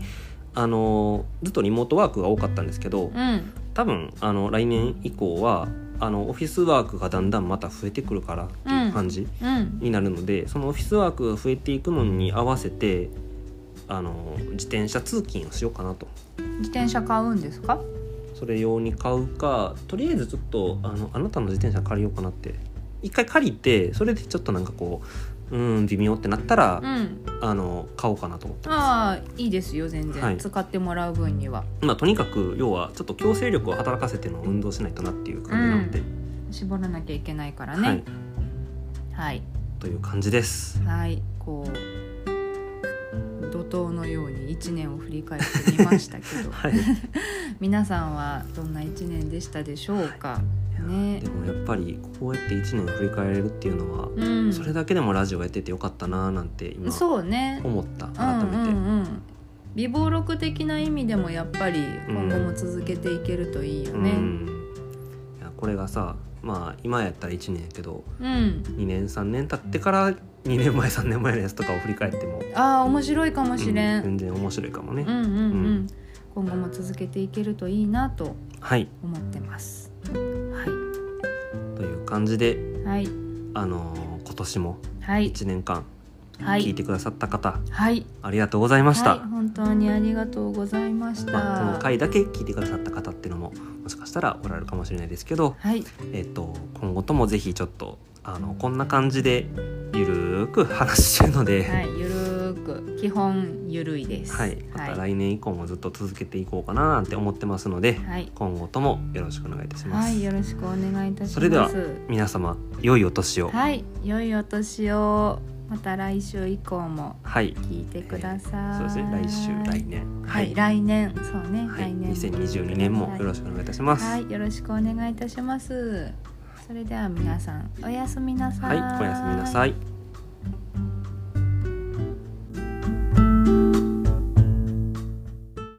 [SPEAKER 1] あのずっとリモートワークが多かったんですけど
[SPEAKER 2] うん
[SPEAKER 1] 多分あの来年以降はあのオフィスワークがだんだんまた増えてくるからっていう感じ、
[SPEAKER 2] うん
[SPEAKER 1] になるのでそのオフィスワークが増えていくのに合わせてあの自転車通勤をしようかなと
[SPEAKER 2] 自転車買うんですか
[SPEAKER 1] それ用に買うかとりあえずちょっとあのあなたの自転車借りようかなって一回借りてそれでちょっとなんかこううん微妙ってなったら、
[SPEAKER 2] うん
[SPEAKER 1] あの買おうかなと思ってま
[SPEAKER 2] ああいいですよ全然、
[SPEAKER 1] はい
[SPEAKER 2] 使ってもらう分には
[SPEAKER 1] すまあとにかく要はちょっと強制力を働かせての運動しないとなっていう感じなので、
[SPEAKER 2] 絞らなきゃいけないから
[SPEAKER 1] はい
[SPEAKER 2] ねはい
[SPEAKER 1] という感じです
[SPEAKER 2] はい、こう怒涛のように1年を振り返ってみましたけ ど
[SPEAKER 1] はい
[SPEAKER 2] 皆さんはどんな1年でしたでしょうかね
[SPEAKER 1] でもやっぱりこうやって1年振り返れるっていうのは、
[SPEAKER 2] うん
[SPEAKER 1] それだけでもラジオやっててよかったなーなんて今
[SPEAKER 2] そうね
[SPEAKER 1] 思った改
[SPEAKER 2] うん
[SPEAKER 1] めて、
[SPEAKER 2] うんうん美貌録的な意味でもやっぱり今後も続けていけるといいよね。
[SPEAKER 1] うんいやこれがさまあ今やったら1年やけど
[SPEAKER 2] うん、
[SPEAKER 1] 2年3年経ってから2年前3年前のやつとかを振り返っても、
[SPEAKER 2] ああ面白いかもしれ
[SPEAKER 1] うん
[SPEAKER 2] ん。うん
[SPEAKER 1] 全然面白いかもね、
[SPEAKER 2] うんうん、
[SPEAKER 1] うん
[SPEAKER 2] 今後も続けていけるといいなと
[SPEAKER 1] はい
[SPEAKER 2] 思ってます。は
[SPEAKER 1] という感じで
[SPEAKER 2] いはい
[SPEAKER 1] あのー今年も
[SPEAKER 2] はい
[SPEAKER 1] 1年間
[SPEAKER 2] は
[SPEAKER 1] 聞い
[SPEAKER 2] い
[SPEAKER 1] てくださった方、
[SPEAKER 2] はい。
[SPEAKER 1] ありがとうございました、
[SPEAKER 2] はい、本当にありがとうございました。
[SPEAKER 1] まあ、この回だけ聞いてくださった方っていうのももしかしたらおられるかもしれないですけど、
[SPEAKER 2] はい、
[SPEAKER 1] えっと今後ともぜひちょっとあのこんな感じでゆるーく話してるので、
[SPEAKER 2] はい、ゆるーく基本ゆるいです。
[SPEAKER 1] はい、ま
[SPEAKER 2] は
[SPEAKER 1] た
[SPEAKER 2] い、
[SPEAKER 1] 来年以降もずっと続けていこうかななんて思ってますので、
[SPEAKER 2] はい、
[SPEAKER 1] 今後ともよろしくお願いいたします。
[SPEAKER 2] はい、よろしくお願いいたします。
[SPEAKER 1] それでは皆様良いお年を。
[SPEAKER 2] はい、良いお年を。また来週以降も
[SPEAKER 1] はい、
[SPEAKER 2] 聞いてください。
[SPEAKER 1] そうですね。来週来年。
[SPEAKER 2] はい、来年、そうね、
[SPEAKER 1] はい。
[SPEAKER 2] 来年。
[SPEAKER 1] 2022年もよろしくお願いいたします。
[SPEAKER 2] は
[SPEAKER 1] はい、
[SPEAKER 2] い、よろしくお願いいたします。それでは皆さん、おやすみなさい。
[SPEAKER 1] おやすみなさい。